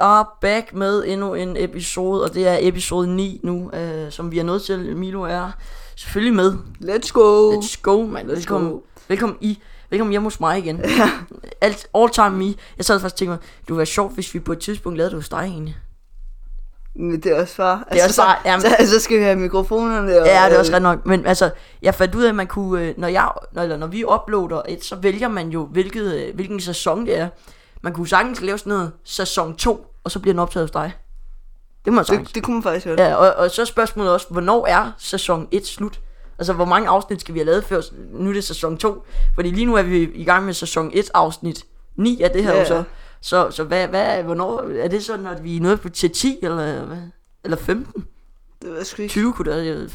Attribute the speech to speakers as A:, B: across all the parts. A: are back med endnu en episode, og det er episode 9 nu, øh, som vi er nødt til. Milo er selvfølgelig med.
B: Let's go.
A: Let's go, man.
B: Let's
A: Velkommen,
B: go.
A: velkommen i. Velkommen hjem hos mig igen.
B: Ja.
A: Alt, all time me. Jeg sad faktisk og tænkte mig, det ville være sjovt, hvis vi på et tidspunkt lavede det hos dig egentlig.
B: Men det er også bare... altså,
A: er også bare-
B: så,
A: jamen-
B: så, så, skal vi have mikrofonerne. Og,
A: Ja, det er også
B: øh,
A: ret nok. Men altså, jeg fandt ud af, at man kunne, øh, når, jeg, når, eller når vi uploader et, så vælger man jo, hvilket, øh, hvilken sæson det er. Man kunne sagtens lave sådan noget sæson 2, og så bliver den optaget hos dig. Det må man sagtens.
B: Det, det kunne man faktisk godt.
A: Ja, og, og så er spørgsmålet også, hvornår er sæson 1 slut? Altså, hvor mange afsnit skal vi have lavet før? Nu er det sæson 2. Fordi lige nu er vi i gang med sæson 1 afsnit 9 af det her
B: Ja,
A: ja.
B: ja.
A: så. Så, så hvad, hvad, hvornår? Er det sådan, at vi er nået på til 10 eller, hvad? eller 15?
B: Det var sgu ikke.
A: 20 kunne det være.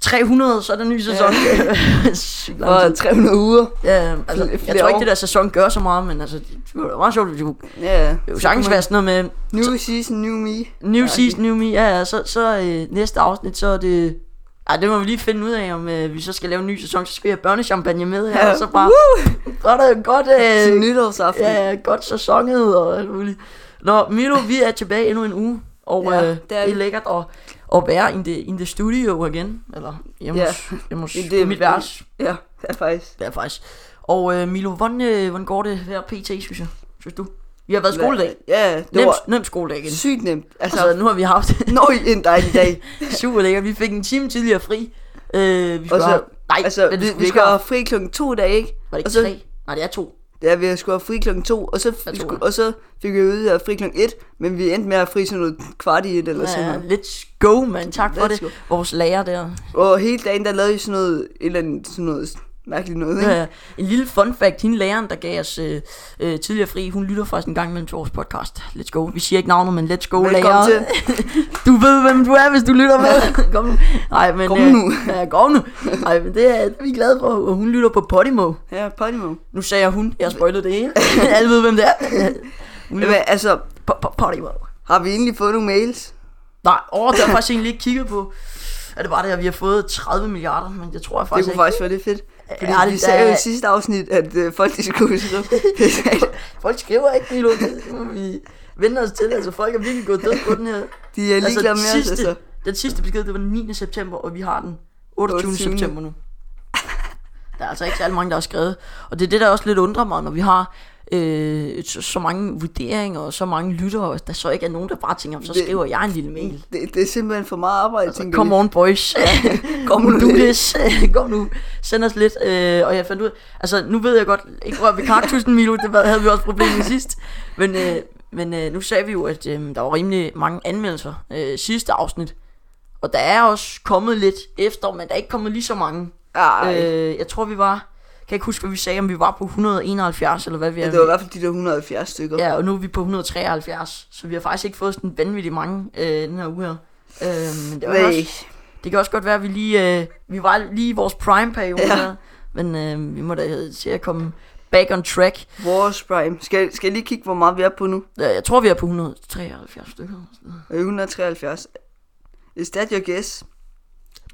A: 300, så er der ny sæson. Ja. Sygt lang tid.
B: Og 300 uger.
A: ja, altså, jeg
B: flere
A: tror ikke,
B: år.
A: det der sæson gør så meget, men altså, det var da meget sjovt, hvis vi kunne. Det
B: Ja, ja.
A: kunne
B: Så
A: sagtens
B: kunne man-
A: være sådan noget med,
B: New season, new me.
A: New
B: Ja,
A: season, new me. Ja, ja, så, så øh, næste afsnit, så er det... Ej, det må vi lige finde ud af, om øh, vi så skal lave en ny sæson, så skal vi have børnechampagne med her, ja.
B: Ja.
A: og så bare... Godt, øh, godt,
B: Til
A: øh,
B: nytårsaften.
A: ja, ja, godt sæsonet og alt muligt. Nå, Milo, vi er tilbage endnu en uge, og
B: Ja,
A: ja, øh,
B: det er
A: det er,
B: vi.
A: lækkert at, at være in the, in the studio igen, eller hjemme
B: Ja.
A: ja. hos, hjemme hos
B: I det-
A: på mit værelse.
B: ja, det er faktisk.
A: Ja, faktisk. Og øh, Milo, hvordan, øh, hvordan går det her pt, synes jeg? Synes du? Vi har været skoledag.
B: Ja, det
A: Nem,
B: var
A: nem skoledag igen.
B: sygt nemt. Altså,
A: Altså, nu har vi haft
B: nøj, en dejlig dag.
A: Super lækkert. Vi fik en time tidligere fri. Øh, vi skulle
B: Og så-
A: have... Nej,
B: Altså,
A: men
B: vi,
A: skulle
B: vi
A: ikke
B: skal
A: have...
B: have fri klokken to i dag, ikke?
A: Var det ikke
B: og så-
A: tre? Nej, det er to.
B: Ja, vi skulle have fri klokken to, og så,
A: Jeg
B: vi
A: tror
B: skulle,
A: det.
B: og så fik vi at vide, at fri klokken et, men vi endte med at have fri sådan noget kvart i et eller sådan
A: Ja,
B: noget.
A: let's go, man. Tak for
B: Let's
A: det.
B: go. Mm.
A: Vores lærer der.
B: Og hele dagen, der lavede vi sådan noget, et eller andet, sådan noget mærkeligt noget, ikke?
A: Ja, en lille fun fact. Hende læreren, der gav os øh, øh, tidligere fri, hun lytter faktisk en gang imellem til vores podcast. Let's go. Vi siger ikke navnet, men let's go,
B: Velkommen
A: lærer.
B: til.
A: Du ved, hvem du er, hvis du lytter med. Kom nu. Nej, men,
B: Kom
A: øh,
B: nu.
A: Ja, kom nu. Nej, men det er, det er vi glade for. Og hun lytter på Podimo.
B: Ja, Podimo.
A: Nu sagde jeg hun. Jeg spoilede det hele. Alle ved, hvem det er. Hun lytter
B: Men altså,
A: på, på Podimo.
B: har vi egentlig fået nogle mails?
A: Nej, åh, det har jeg faktisk egentlig ikke kigget på. Ja, det var det, at vi har fået 30 milliarder, men jeg tror jeg
B: Det
A: faktisk
B: kunne
A: ikke.
B: faktisk være lidt fedt. Fordi
A: Ja, det-
B: vi sagde jo
A: ja.
B: i sidste afsnit, at øh, folk de skulle skrive.
A: Folk skriver ikke, Milo. Det må vi vende os til. Altså, folk er virkelig gået død på den her.
B: de er ligeglade
A: den,
B: med os,
A: sidste,
B: altså.
A: den sidste besked, det var den 9. september, og vi har den 28.
B: 28..
A: september nu. Der er altså ikke særlig mange, der har skrevet. Og det er det, der også lidt undrer mig, når vi har øh, så, så mange vurderinger og så mange lyttere, der så ikke er nogen, der bare tænker, så
B: Det-
A: skriver jeg en lille mail.
B: Det, det er simpelthen for meget arbejde, altså, tænker
A: Come
B: vi.
A: on boys, kom nu, do this, kom nu, send os lidt, øh, og jeg fandt ud, altså nu ved jeg godt, ikke rør ved kaktusen Milo, det var- havde vi også problemer med sidst, men, øh, men øh, nu sagde vi jo, at øh, der var rimelig mange anmeldelser øh, sidste afsnit, og der er også kommet lidt efter, men der er ikke kommet lige så mange,
B: Ej, øh,
A: øh, jeg tror vi var, kan jeg ikke huske hvad vi sagde, om vi var på 171 eller hvad vi er,
B: det var i hvert fald de der 170 stykker.
A: ja, og nu er vi på 173, så vi har faktisk ikke fået sådan vanvittigt mange øh, den her uge her. Øh, men det var
B: Nej,
A: også, det kan også godt være, at vi lige, øh, vi var lige i vores prime-periode
B: Ja.
A: ja. men øh, vi må da se at komme back on track.
B: vores prime. Skal, skal jeg lige kigge, hvor meget vi er på nu?
A: Øh, Jeg tror, vi er på 173 stykker. eller sådan noget.
B: Er vi 173. Is that your guess?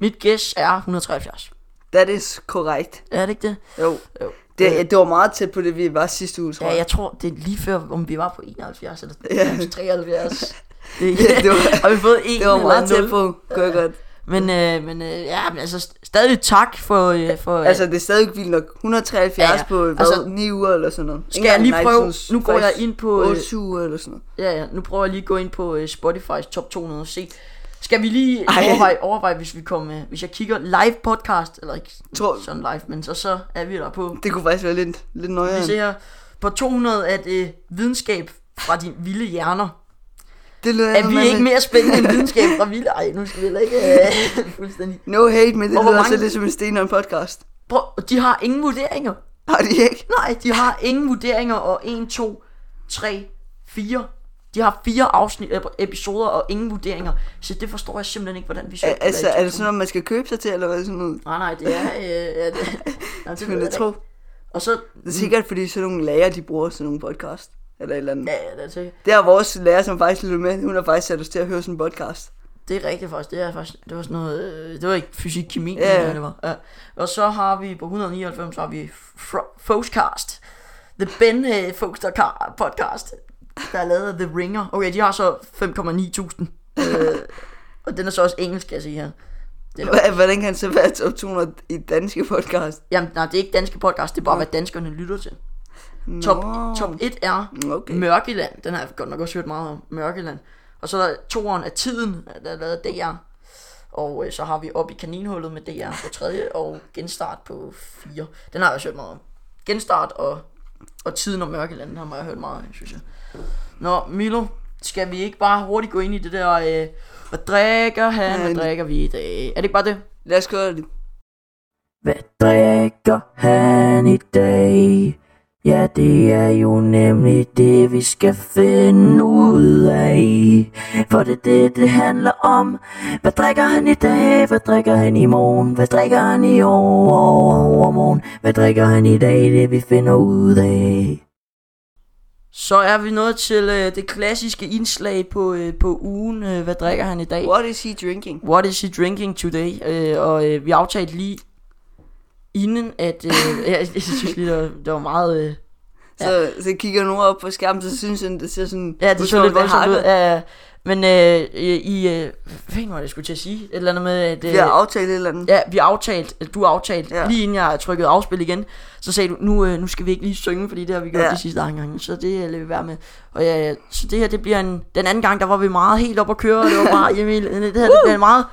A: Mit gæs er 173.
B: That is correct.
A: Er det ikke det?
B: Jo.
A: Jo. Øh.
B: Det, ja, det var meget tæt på det, vi var sidste uge, tror
A: Ja,
B: jeg.
A: jeg tror, det er lige før, om vi var på 71 eller
B: Ja.
A: 73. Det,
B: Ja, det var,
A: har vi fået en
B: det var meget
A: eller
B: tæt
A: nul.
B: på, kunne jeg godt.
A: Men, øh, men øh, ja, men altså, st- stadig tak for... Øh, for øh,
B: Altså, det er stadig vildt nok. 173
A: Ja,
B: ja,
A: ja.
B: ja. på, hvad,
A: Altså,
B: altså, 9 uger eller sådan noget.
A: skal jeg lige prøve... Nu går jeg ind på... Øh,
B: 8 uger eller sådan noget.
A: Ja, ja. Nu prøver jeg lige at gå ind på øh, Spotify's top 200 og se. Skal vi lige
B: Ej.
A: overveje, overveje, hvis vi kommer, hvis jeg kigger live podcast, eller ikke
B: Tror,
A: sådan live, men så, så er vi der på.
B: det kunne faktisk være lidt,
A: Vi
B: lidt nøjere.
A: ser her på 200 at øh, videnskab fra de vilde hjerner.
B: Det lyder altså
A: Er vi
B: øh,
A: ikke mere spændende end videnskab fra vilde? Ej, nu skal vi heller ikke øh, fuldstændig.
B: No hate, men det
A: Og hvor mange-
B: lyder også lidt som en sten og en podcast.
A: Prøv, de har ingen vurderinger.
B: Har de ikke?
A: Nej, de har ingen vurderinger, og 1, 2, 3, 4. De har fire afsnit, øh, episoder og ingen vurderinger. Så det forstår jeg simpelthen ikke, hvordan vi så
B: Al- altså, er det sådan noget, man skal købe sig til, eller hvad sådan noget?
A: Nej, nej, det er... Øh, ja, det, nej, det,
B: Men
A: ved
B: jeg
A: jeg
B: tror,
A: ikke. Og så...
B: det er sikkert, fordi sådan nogle lærer, de bruger sådan nogle podcast. Eller et eller andet.
A: Ja, ja, det er sikkert.
B: Det er vores lærer, som faktisk lytter med. Hun har faktisk sat os til at høre sådan en podcast.
A: Det er rigtigt faktisk. Det er faktisk... Det var sådan noget... Øh, det var ikke fysik, kemi,
B: Ja, ja.
A: ja. det var. Ja. Og så har vi på 199, så har vi Fro- Foxcast. The Ben øh, Foxcast podcast. der er lavet af The Ringer. Okay, de har så 5,9.000. Øh, og den er så også engelsk, kan jeg sige her.
B: Hva- Hvordan kan han så være top 200 i danske podcast?
A: Jamen, nej, det er ikke danske podcast, det er bare, hvad danskerne lytter til. Top,
B: Nå.
A: top 1 er
B: Okay.
A: Mørkeland. Den har jeg godt nok også hørt meget om. Mørkeland. Og så er der toeren af tiden, der er lavet af DR. Og øh, så har vi op i kaninhullet med DR på tredje, og genstart på fire. Den har jeg også hørt meget om. Genstart og, og tiden og Mørkeland, den har jeg hørt meget om, synes jeg. Nå, Milo, skal vi ikke bare hurtigt gå ind i det der, øh, hvad drikker han, hvad
B: Nej.
A: drikker vi i dag? Er det ikke bare det?
B: Lad os gøre det.
A: Hvad drikker han i dag? Ja, det er jo nemlig det, vi skal finde ud af. For det er det, det handler om. Hvad drikker han i dag? Hvad drikker han i morgen? Hvad drikker han i over, overmorgen? Hvad drikker han i dag? Det vi finder ud af. Så er vi nået til øh, det klassiske indslag på, øh, på ugen. Øh, hvad drikker han i dag?
B: What is he drinking?
A: What is he drinking today? Øh, og øh, vi aftalte lige inden, at... Øh, jeg, jeg synes lige, det var, det var meget... Øh,
B: Så, så kigger nogen op på skærmen, så synes han, det ser sådan...
A: ja, det så
B: utroligt
A: lidt voldsomt ud.
B: hardere.
A: Øh, men øh, i... Øh, hvad var det, jeg skulle til at sige? Et eller andet med, at... Øh,
B: Vi har aftalt et eller andet.
A: Ja, vi aftalte, eller du aftalte, ja.
B: Ja.
A: lige inden jeg trykkede afspil igen, så sagde du, nu, øh, nu skal vi ikke lige synge, fordi det har vi gjort ja.
B: Ja.
A: de sidste mange gange, så det øh, lader vi være med. Og ja, ja, så det her, det bliver en, den anden gang, der var vi meget helt op at køre, og det var bare, Emil, øh, det her, det bliver en meget,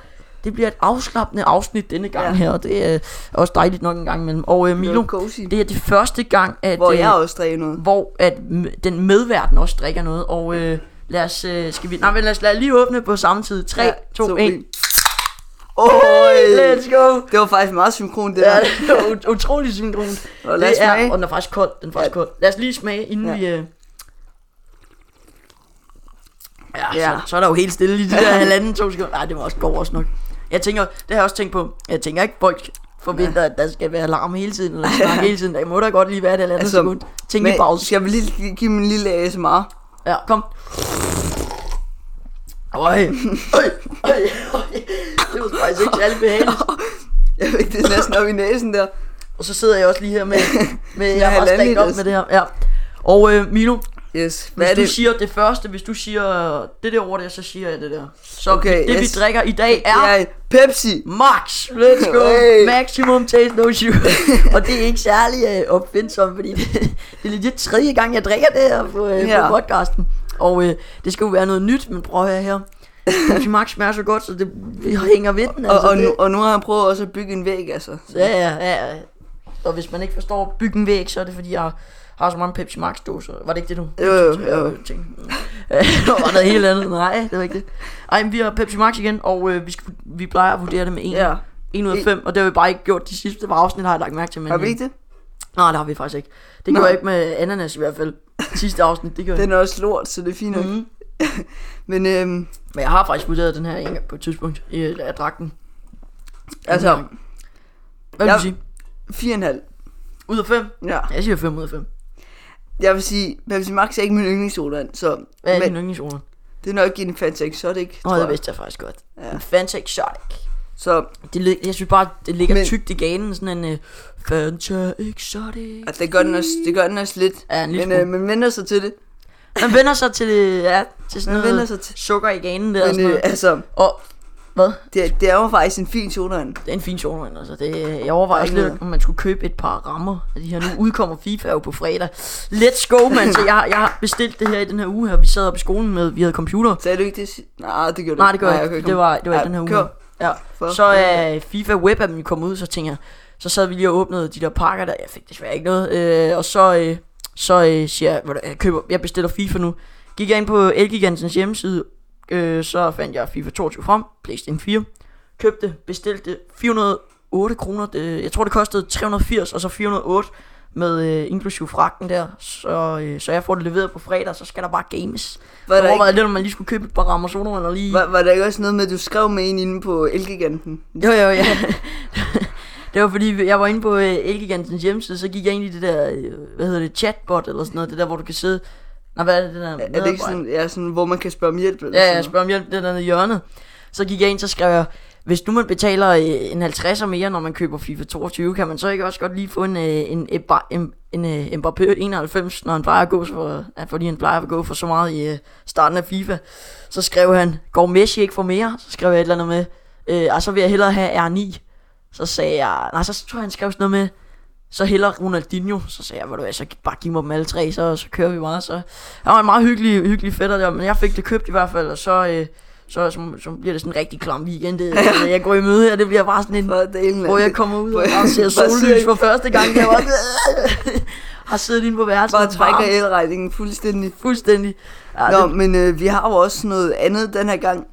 A: det bliver et afslappende afsnit denne gang ja.
B: Ja.
A: her, og det er øh, også dejligt nok en gang imellem. Og øh, Milo,
B: Det var cozy.
A: det her er det første gang, at,
B: Hvor
A: øh,
B: jeg også drikker noget.
A: hvor at m- den medverden også drikker noget, og øh, lad os, øh, skal vi, nej, men lad os, lad os lige åbne på samme tid. 3, ja,
B: Ja,
A: 2,
B: to,
A: 1,
B: en. Oj,
A: let's go!
B: det var faktisk meget synkron, det
A: Ja,
B: der.
A: det er ut- utrolig syndrom.
B: Og lad os
A: det er,
B: smage.
A: og den er faktisk kold, den er faktisk ja. kold. Lad os lige smage, inden ja.
B: Ja.
A: vi... Øh... Ja, ja.
B: Ja.
A: Så, så, er der jo helt stille i de der halvanden to sekunder. Nej, det var også god også nok. Jeg tænker, det har jeg også tænkt på. Jeg tænker ikke, folk forventer, at der skal være alarm hele tiden, eller snak hele tiden. Der må da godt lige være et halvandet altså,
B: Altså,
A: sekund. Tænk i
B: Men
A: pause.
B: skal vi lige gi- give dem en lille ASMR?
A: Ja, kom. Øj, øj, øj, øj. Det var faktisk ikke særlig behageligt.
B: Jeg fik det næsten op i næsen der.
A: Og så sidder jeg også lige her med, med jeg har
B: halvanden
A: også dækket op
B: liters.
A: med det her. Ja. Og øh, Milo,
B: Yes, hvad
A: hvis
B: er
A: du
B: det?
A: siger det første, hvis du siger det der ord der, så siger jeg det der. Så okay,
B: Okay,
A: det
B: yes.
A: vi drikker i dag
B: Det
A: er
B: er Pepsi.
A: Max. Let's go.
B: Hey.
A: Maximum taste no sugar. og det er ikke særlig øh, opfindsomt, fordi det, det er lidt tredje gang, jeg drikker det her på, øh, ja.
B: Ja.
A: på podcasten. Og øh, det skal jo være noget nyt, men prøv at høre her. Pepsi Max smager så godt, så det, det hænger ved den.
B: Og, og,
A: altså, det,
B: nu, og nu har han prøvet også at bygge en væg, altså.
A: Ja, ja, ja. ja. Og hvis man ikke forstår byggen væk, så er det fordi, jeg har så mange Pepsi Max dåser. Var det ikke det nu?
B: Jo, jo, jo.
A: Det var noget helt andet. Nej, det var ikke det. Ej, men vi har Pepsi Max igen, og øh, vi, skal, vi plejer at vurdere det med 1,
B: Ja.
A: ja. 1 ud af 5, og det har vi bare ikke gjort de sidste par afsnit, har jeg lagt mærke til. Men,
B: Har vi
A: øh,
B: ikke det?
A: Nej, det har vi faktisk ikke. Det
B: Nå.
A: gjorde jeg ikke med ananas i hvert fald. Sidste afsnit, det gjorde jeg
B: Den er også lort, så det er fint nok.
A: Mhm.
B: Men øhm,
A: ikke. Men jeg har faktisk vurderet den her en gang på et tidspunkt, i, da jeg drak den.
B: altså,
A: Mm. Hvad vil du
B: Jeg-
A: sige?
B: 4,5.
A: Ud af 5?
B: Ja.
A: Jeg siger 5 ud af 5.
B: Jeg vil sige, Pepsi Max er ikke min yndlingsodavand, så...
A: Hvad er
B: men
A: din yndlingsord?
B: det er nok en Fanta Exotic,
A: Nå,
B: tror
A: det
B: jeg.
A: vidste jeg faktisk godt.
B: Ja.
A: En Fanta Exotic.
B: Så
A: Det, lig- jeg synes bare, det ligger Men...
B: Men-
A: tykt i ganen, sådan en uh, Fanta Exotic.
B: altså, det, gør den også, det gør den også lidt.
A: Ja, en lille
B: men, øh,
A: smule.
B: men vender sig til det.
A: Man vender sig til, øh, ja, til sådan
B: Man
A: noget
B: vender sig til-
A: sukker i ganen der. og sådan
B: Men øh,
A: noget.
B: altså,
A: Og hvad?
B: det, det er jo faktisk en fin sodavand.
A: Det er en fin sodavand, altså. Det, øh, jeg overvejer også
B: ikke
A: lidt,
B: noget.
A: om man skulle købe et par rammer af de her. Nu udkommer FIFA jo på fredag. Let's go, mand. Så jeg, har- jeg har bestilt det her i den her uge her. Vi sad oppe i skolen med, vi havde computer.
B: Sagde du ikke det? si- Nej, det gjorde du
A: Nej, det gør jeg
B: okay,
A: ikke.
B: kom.
A: Det var, det var i
B: Ej,
A: den her uge.
B: kør.
A: her. Ja.
B: For
A: Så
B: helvede.
A: er øh, FIFA webappen kom ud, så tænker jeg, så sad vi lige og åbnede de der pakker der, jeg fik desværre ikke noget, øh, og så, øh, så øh, siger jeg, "Ved du hvad, jeg, køber, jeg bestiller FIFA nu. Gik jeg ind på Elgigantens hjemmeside, øh, så fandt jeg FIFA 22 frem, Playstation 4, købte, bestilte 408 kroner, det, jeg tror det kostede 380 og så 408 med øh, inklusiv fragten der, så, øh, så jeg får det leveret på fredag, så skal der bare games. Var
B: Var der
A: der
B: ikke-
A: overvejede lidt, om man lige skulle købe et par rammer sodavand og lige...
B: Var, var der ikke også noget med, at du skrev med en inde på Elgiganten?
A: Jo, jo, ja. det var fordi, jeg var inde på øh, Elgigantens hjemmeside, så gik jeg ind i det der, øh, hvad hedder det, chatbot eller sådan noget, det der, hvor du kan sidde, nej, hvad er det, det der
B: Er det ikke sådan, ja, sådan, hvor man kan spørge om hjælp?
A: Ja,
B: Eller sådan
A: jeg
B: noget?
A: spørger om hjælp, det der nede i hjørnet. Så gik jeg ind, så skrev jeg, hvis nu man betaler øh, en 50 og mere, når man køber FIFA 22, kan man så ikke også godt lige få en, øh, en, Ebra- en, en, en Mbappé 91, når han plejer at gå for, ja, fordi han plejer at gå for så meget i øh, starten af FIFA. Så skrev han, går Messi ikke for mere? Så skrev jeg et eller andet med, øh, og så vil jeg hellere have R9. Så sagde jeg, nej, så tror jeg, han skrev sådan noget med, så heller Ronaldinho. Så sagde jeg, "Ved du hvad, så bare giv mig dem alle tre, så, så kører vi meget. Så han var en meget hyggelig, hyggelig fætter der, men jeg fik det købt i hvert fald, og så, øh, så, så, så bliver det sådan en rigtig klam weekend. Det, ja. Jeg går i møde her, det bliver bare sådan en,
B: For delen af
A: hvor jeg
B: det.
A: kommer ud
B: Hvor
A: og
B: jeg
A: bare ser
B: bare
A: sollys
B: sidder-
A: for første gang. Jeg var, har siddet inde på værelset.
B: Bare trækker
A: varmt,
B: elregningen fuldstændig.
A: Fuldstændig. Ja,
B: Nå,
A: det,
B: men øh, vi har jo også noget andet den her gang.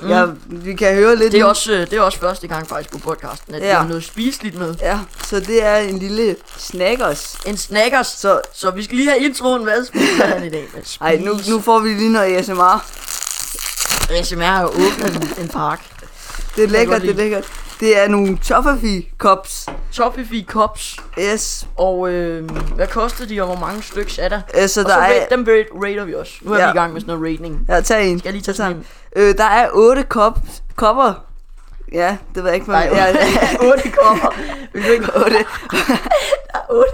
B: Mm. Jeg, vi kan høre lidt
A: det, er
B: nu.
A: også, øh, det er også første gang faktisk på podcasten, at ja.
B: Ja.
A: vi har noget spiseligt med.
B: Ja, så det er en lille snackers.
A: En snackers. Så,
B: Så
A: så vi skal lige have introen. Hvad spiser han i dag? Hvad
B: ej, nu,
A: spiser-
B: nu får vi lige noget ASMR.
A: ASMR har åbnet en, en park.
B: Det er
A: jeg
B: lækkert,
A: godt
B: det er
A: lide.
B: lækkert. Det er nogle toffee cups.
A: Toffifee Cups.
B: Yes.
A: Og øh, hvad kostede de, og hvor mange stykker er der?
B: Altså,
A: Og
B: der
A: så
B: er...
A: ra- dem ra- rater vi også. Nu er ja.
B: Ja.
A: vi i gang med sådan noget rating.
B: Ja, tag en.
A: Skal jeg lige tage sådan
B: sammen.
A: en?
B: Øh, der er otte kop, kopper. Ja, det ved jeg ikke, hvad
A: Nej,
B: ja,
A: otte kopper. Vil du ikke
B: otte.
A: Der er otte.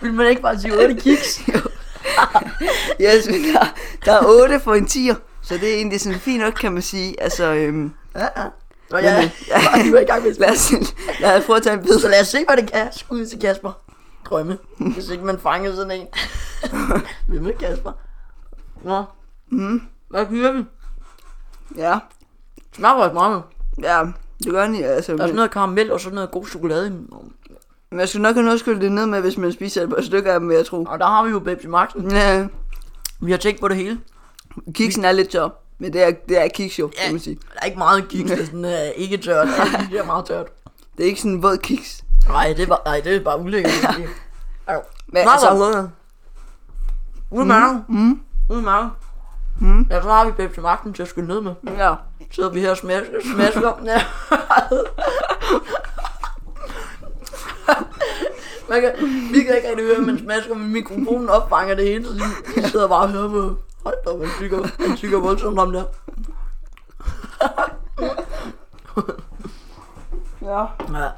A: Vil man ikke bare sige otte kiks?
B: Yes, men der, der er otte for en tier. Så det er egentlig sådan fint nok, kan man sige. Altså, øhm,
A: Ja, ja. Nå ja,
B: ja.
A: ja. du er i gang med
B: lad os, lad os prøve at tage en bid.
A: Så lad os se, hvad det kan. Skud til Kasper. Drømme. Hvis ikke man fangede sådan en. Hvem med Kasper? Nå. Mm. Hvad siger vi?
B: Ja,
A: Smager faktisk meget. Der
B: ja, det gør den, ja, altså.
A: er sådan
B: Men,
A: noget karamel og sådan noget god chokolade.
B: men jeg skulle nok have noget skyldt det ned med, hvis man spiser et par stykker af dem, vil jeg tro.
A: Og der har vi jo Pepsi Maxen.
B: Ja,
A: Vi har tænkt på det hele.
B: kiksen er lidt tør. Men det er, det er kiks jo, kan man sige.
A: Der er ikke meget kiks, det er sådan, øh, ikke tørt. Det er meget tørt.
B: Det er ikke sådan en våd kiks.
A: Nej, det er bare, nej, det er bare ulækkert. Ja. Au.
B: Men
A: Meget
B: altså, Mm,
A: godt. Ude i maven. Ude i maven. Ja, så har vi Pepsi Magten til at skylle ned med.
B: ja.
A: Sidder vi her og smasker, smasker. Ja. Man kan, vi kan ikke rigtig høre, men smasker med mikrofonen opfanger det hele, så de- de sidder bare og hører på. Hold da, op, han tykker, han tykker voldsomt om der.
B: Ja.
A: Ja,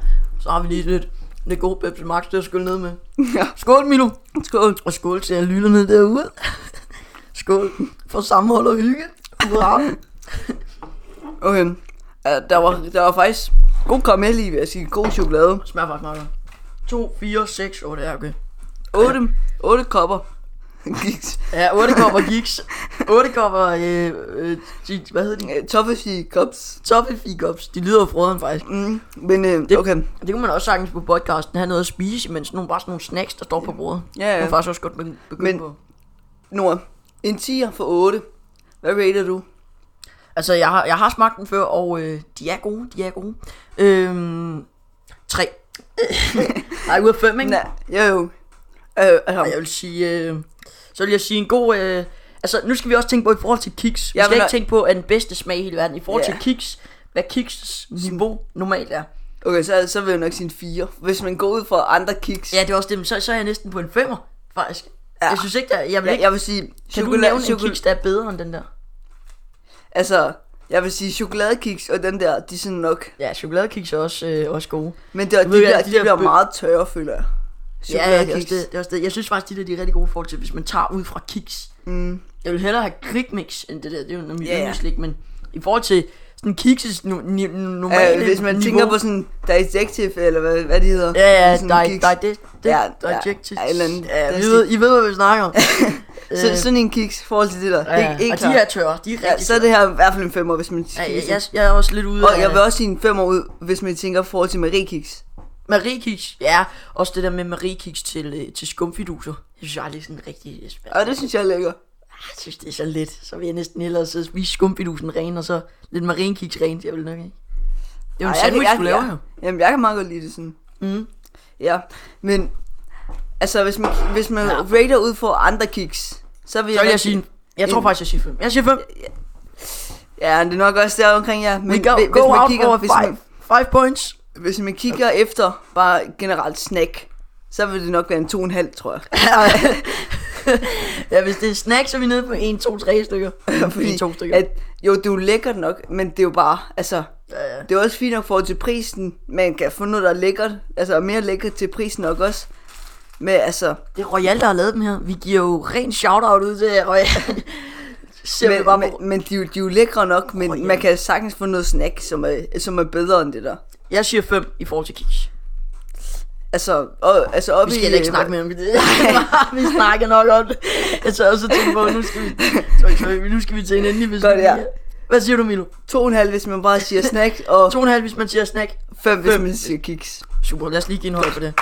A: så har vi lige lidt, lidt god Pepsi Max til at skylle ned med.
B: ja.
A: Skål, Milo!
B: Skål.
A: Og skål til jer lytterne derude. skål for sammenhold og hygge. Hurra.
B: Okay. Ja, der, var, der var faktisk god karamel i, vil jeg sige. God chokolade.
A: Smager faktisk meget godt. 2, 4, 6, 8, ja okay.
B: 8, 8 kopper. Kiks.
A: Ja, 8 kopper gigs. 8 kopper, øh, øh, de, hvad hedder de?
B: Øh, Toffee cups.
A: Toffee cups. De lyder jo frøderen faktisk.
B: Mm, men øh, okay.
A: Det kunne man også sagtens på podcasten have noget at spise, men sådan nogle, bare sådan nogle snacks, der står på bordet.
B: Ja, ja.
A: Det kunne faktisk også godt begynde
B: Men-
A: på.
B: Nora, en 10'er for 8. Hvad rater du?
A: Altså, jeg har, jeg har smagt den før, og øh, de er gode, de er gode. Øhm, 3. Nej, ud af 5, ikke?
B: Nej, jo jo. Øh, altså,
A: Og jeg vil sige, øh, så vil jeg sige en god... Øh, altså, nu skal vi også tænke på i forhold til kiks. Vi
B: Ja,
A: skal
B: men
A: ikke
B: når-
A: tænke på, at den bedste smag i hele verden. I forhold
B: Ja.
A: til kiks, hvad kiks niveau normalt er.
B: okay, så, så vil jeg nok sige en 4. Hvis man går ud fra andre kiks.
A: Ja, det er også det, men så, så er jeg næsten på en femmer, faktisk. Ja. Jeg synes ikke, der, jeg vil
B: jeg,
A: ikke...
B: jeg vil sige...
A: kan du
B: chokola-
A: nævne en
B: chokol-
A: kiks, der er bedre end den der?
B: Altså, jeg vil sige chokoladekiks og den der, de er sådan nok.
A: Ja, chokoladekiks er også, øh, også gode.
B: Men der, de,
A: ved jeg,
B: bliver,
A: de
B: de,
A: der
B: bliver
A: bø-
B: meget tørre, føler jeg.
A: Ja, ja, det er
B: Chokoladekiks.
A: også det, det er også det. Jeg synes faktisk, de der de er rigtig gode i forhold til, hvis man tager ud fra kiks.
B: Mm.
A: Jeg vil hellere have klikmix end det der. Det er jo noget mit
B: Ja, ja.
A: yndlingslik, men i forhold til sådan kikses nu, ni, normale
B: Øh, hvis man
A: niveau,
B: tænker på sådan Dissective, eller hvad, hvad de hedder.
A: Ja, ja,
B: sådan
A: dig,
B: kiks.
A: dig, det, det,
B: Ja,
A: ja, dig,
B: ja,
A: Jack, det,
B: ja, et eller andet.
A: ja,
B: Den
A: vi
B: stil.
A: ved, I ved, hvad vi snakker om. øh,
B: Så, sådan en kiks i forhold til det der.
A: ja,
B: Ja, ikke, ikke
A: og
B: klar.
A: de er tørre, de er
B: ja,
A: rigtig
B: så er det her i hvert fald en femmer, hvis man
A: tørre. Ja,
B: tænker
A: jeg,
B: sådan.
A: jeg, jeg, er også lidt ude
B: Og jeg vil også sige en femmer ud, hvis man tænker i forhold til Marie Kiks.
A: Marie Kiks, ja, også det der med Marie Kiks til, øh, til skumfiduser. Jeg synes aldrig sådan rigtig spændt.
B: Og det synes jeg er lækker.
A: Jeg synes, det er så lidt. Så vil jeg næsten hellere sidde og spise skumfidusen ren, og så lidt Marie Kiks rent, jeg vil nok ikke. Det er jo en
B: Ej, jeg kan-
A: sandwich,
B: jeg-
A: du laver
B: jeg-
A: jo.
B: Jamen, jeg kan meget godt lide det sådan.
A: Mm.
B: Ja, men... Altså, hvis man, hvis man
A: Ja.
B: rater ud for andre kiks, så vil
A: Så vil
B: nok
A: jeg sige, jeg tror
B: en-
A: faktisk, jeg siger 5. Jeg siger 5.
B: Ja, det er nok også der omkring jer. Men
A: We go,
B: hvi-
A: go
B: hvis, man
A: out
B: kigger,
A: for
B: hvis,
A: five,
B: man,
A: five points.
B: hvis man kigger efter bare generelt snack, så vil det nok være en 2,5, tror jeg.
A: ja, hvis det er snack, så er vi nede på 1, 2, 3 stykker.
B: Fordi
A: 1, 2 stykker.
B: at, jo, det er jo lækkert nok, men det er jo bare, altså,
A: ja, ja. ja.
B: Det er også fint nok for til prisen. Man kan få noget, der er lækkert. Altså og mere lækkert til prisen nok også. Men altså,
A: Det er Royal, der har lavet dem her. Vi giver jo ren shout-out ud til Royal. Ser vi
B: men,
A: bare på.
B: men, men de, er jo- de er jo lækre nok, men
A: Åh, ja.
B: man kan sagtens få noget snack, som er, som er bedre end det der.
A: Jeg siger 5 i forhold til kiks.
B: Altså, og, altså op
A: Vi skal ikke snakke mere om det. vi snakker nok om det. Jeg tør også tænke på, at nu skal vi, sorry, sorry, nu skal vi til en endelig beslutning.
B: ja.
A: her. Hvad siger du, Milo?
B: To og en halv, hvis man bare siger snack, og
A: To og en halv, hvis man siger snack.
B: fem, hvis
A: fem.
B: man siger kiks.
A: Super, lad os lige give en højde på det.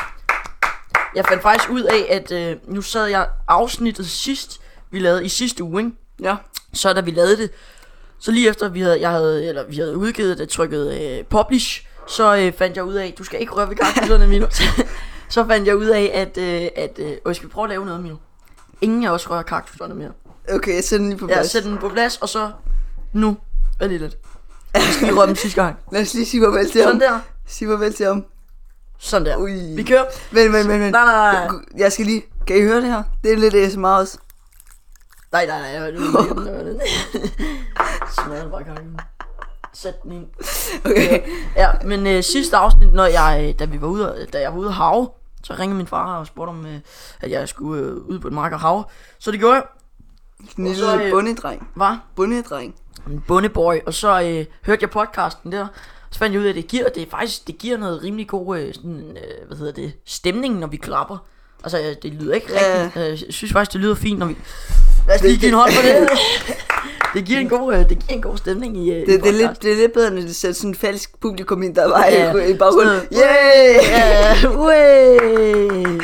A: Jeg fandt faktisk ud af, at øh, nu sad jeg afsnittet sidst, vi lavede i sidste uge, ikke?
B: Ja.
A: Så da vi lavede det, så lige efter vi havde, jeg havde, eller vi havde udgivet det, trykket øh, publish, så øh, fandt jeg ud af, du skal ikke røre ved karaktererne, Milo. så fandt jeg ud af, at, øh, at øh, øh, skal vi prøve at lave noget, Milo? Ingen af os rører kaktuserne mere.
B: Okay, jeg sætter den lige på
A: Jeg
B: plads.
A: sætter den på plads, og så nu. Vent lige lidt. Vi skal lige røre dem sidste gang.
B: Lad os lige sige farvel til ham.
A: Sådan der.
B: Sig farvel til ham.
A: Sådan der.
B: Ui.
A: Vi kører.
B: Vent, vent, vent, vent.
A: Nej, nej, nej.
B: Jeg skal lige... Kan I høre det her? Det er lidt ASMR også.
A: Nej, nej, nej. Jeg vil ikke Smadrer bare kakken. Sæt den ind.
B: Okay.
A: Ja, men øh, sidste afsnit, når jeg, øh, da, vi var ude, og- da jeg var ude at have, så ringede min far og spurgte om, øh, at jeg skulle øh, ud på et mark og have. Så det gjorde jeg.
B: Den
A: Og så,
B: lille
A: øh,
B: bundedreng.
A: Var
B: Bundedreng.
A: en bondeboy, og så øh, hørte jeg podcasten der. Så fandt jeg ud af, at det giver, det er faktisk, det giver noget rimelig god, øh, sådan, øh, hvad hedder det, stemning, når vi klapper. Altså, øh, det lyder ikke
B: Ja.
A: rigtigt. Øh, Jeg synes faktisk, det lyder fint, når vi... Lad os lige give en hånd på det. Det giver en god, øh, det giver en god stemning i, øh, i
B: Det, det, er
A: podcasten.
B: lidt, det er lidt bedre, når det sætter sådan en falsk publikum ind, der var
A: Ja,
B: i, i baggrunden.
A: sådan
B: Yeah!
A: Ja, uæh.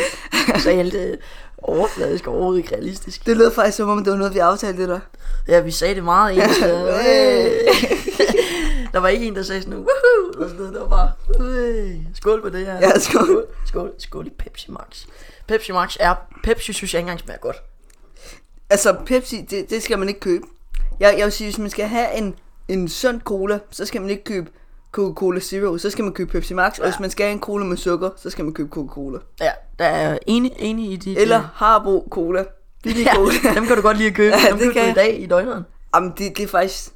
A: Så helt øh, overfladisk og overhovedet ikke realistisk.
B: Det lød faktisk som om, det var noget, vi aftalte det der.
A: Ja, vi sagde det meget ens. øh,
B: Uæh.
A: der var ikke en, der sagde sådan, woohoo, eller sådan noget. Det var bare, uæh. skål på det her.
B: Ja, skål.
A: Skål, skål i Pepsi Max. Pepsi Max er, Pepsi synes jeg ikke engang smager godt.
B: Altså, Pepsi, det, det skal man ikke købe. Jeg, jeg vil sige, hvis man skal have en, en sund cola, så skal man ikke købe Coca-Cola Zero, så skal man købe Pepsi Max. Ja. Og hvis man skal have en cola med sukker, så skal man købe Coca-Cola.
A: Ja, der er enig, enig i de...
B: Eller Harbo Cola. Billig cola.
A: ja, dem kan du godt lige at købe.
B: Ja,
A: dem
B: det
A: købte
B: kan
A: du i
B: jeg.
A: dag i døgnet.
B: Jamen, det, det er faktisk...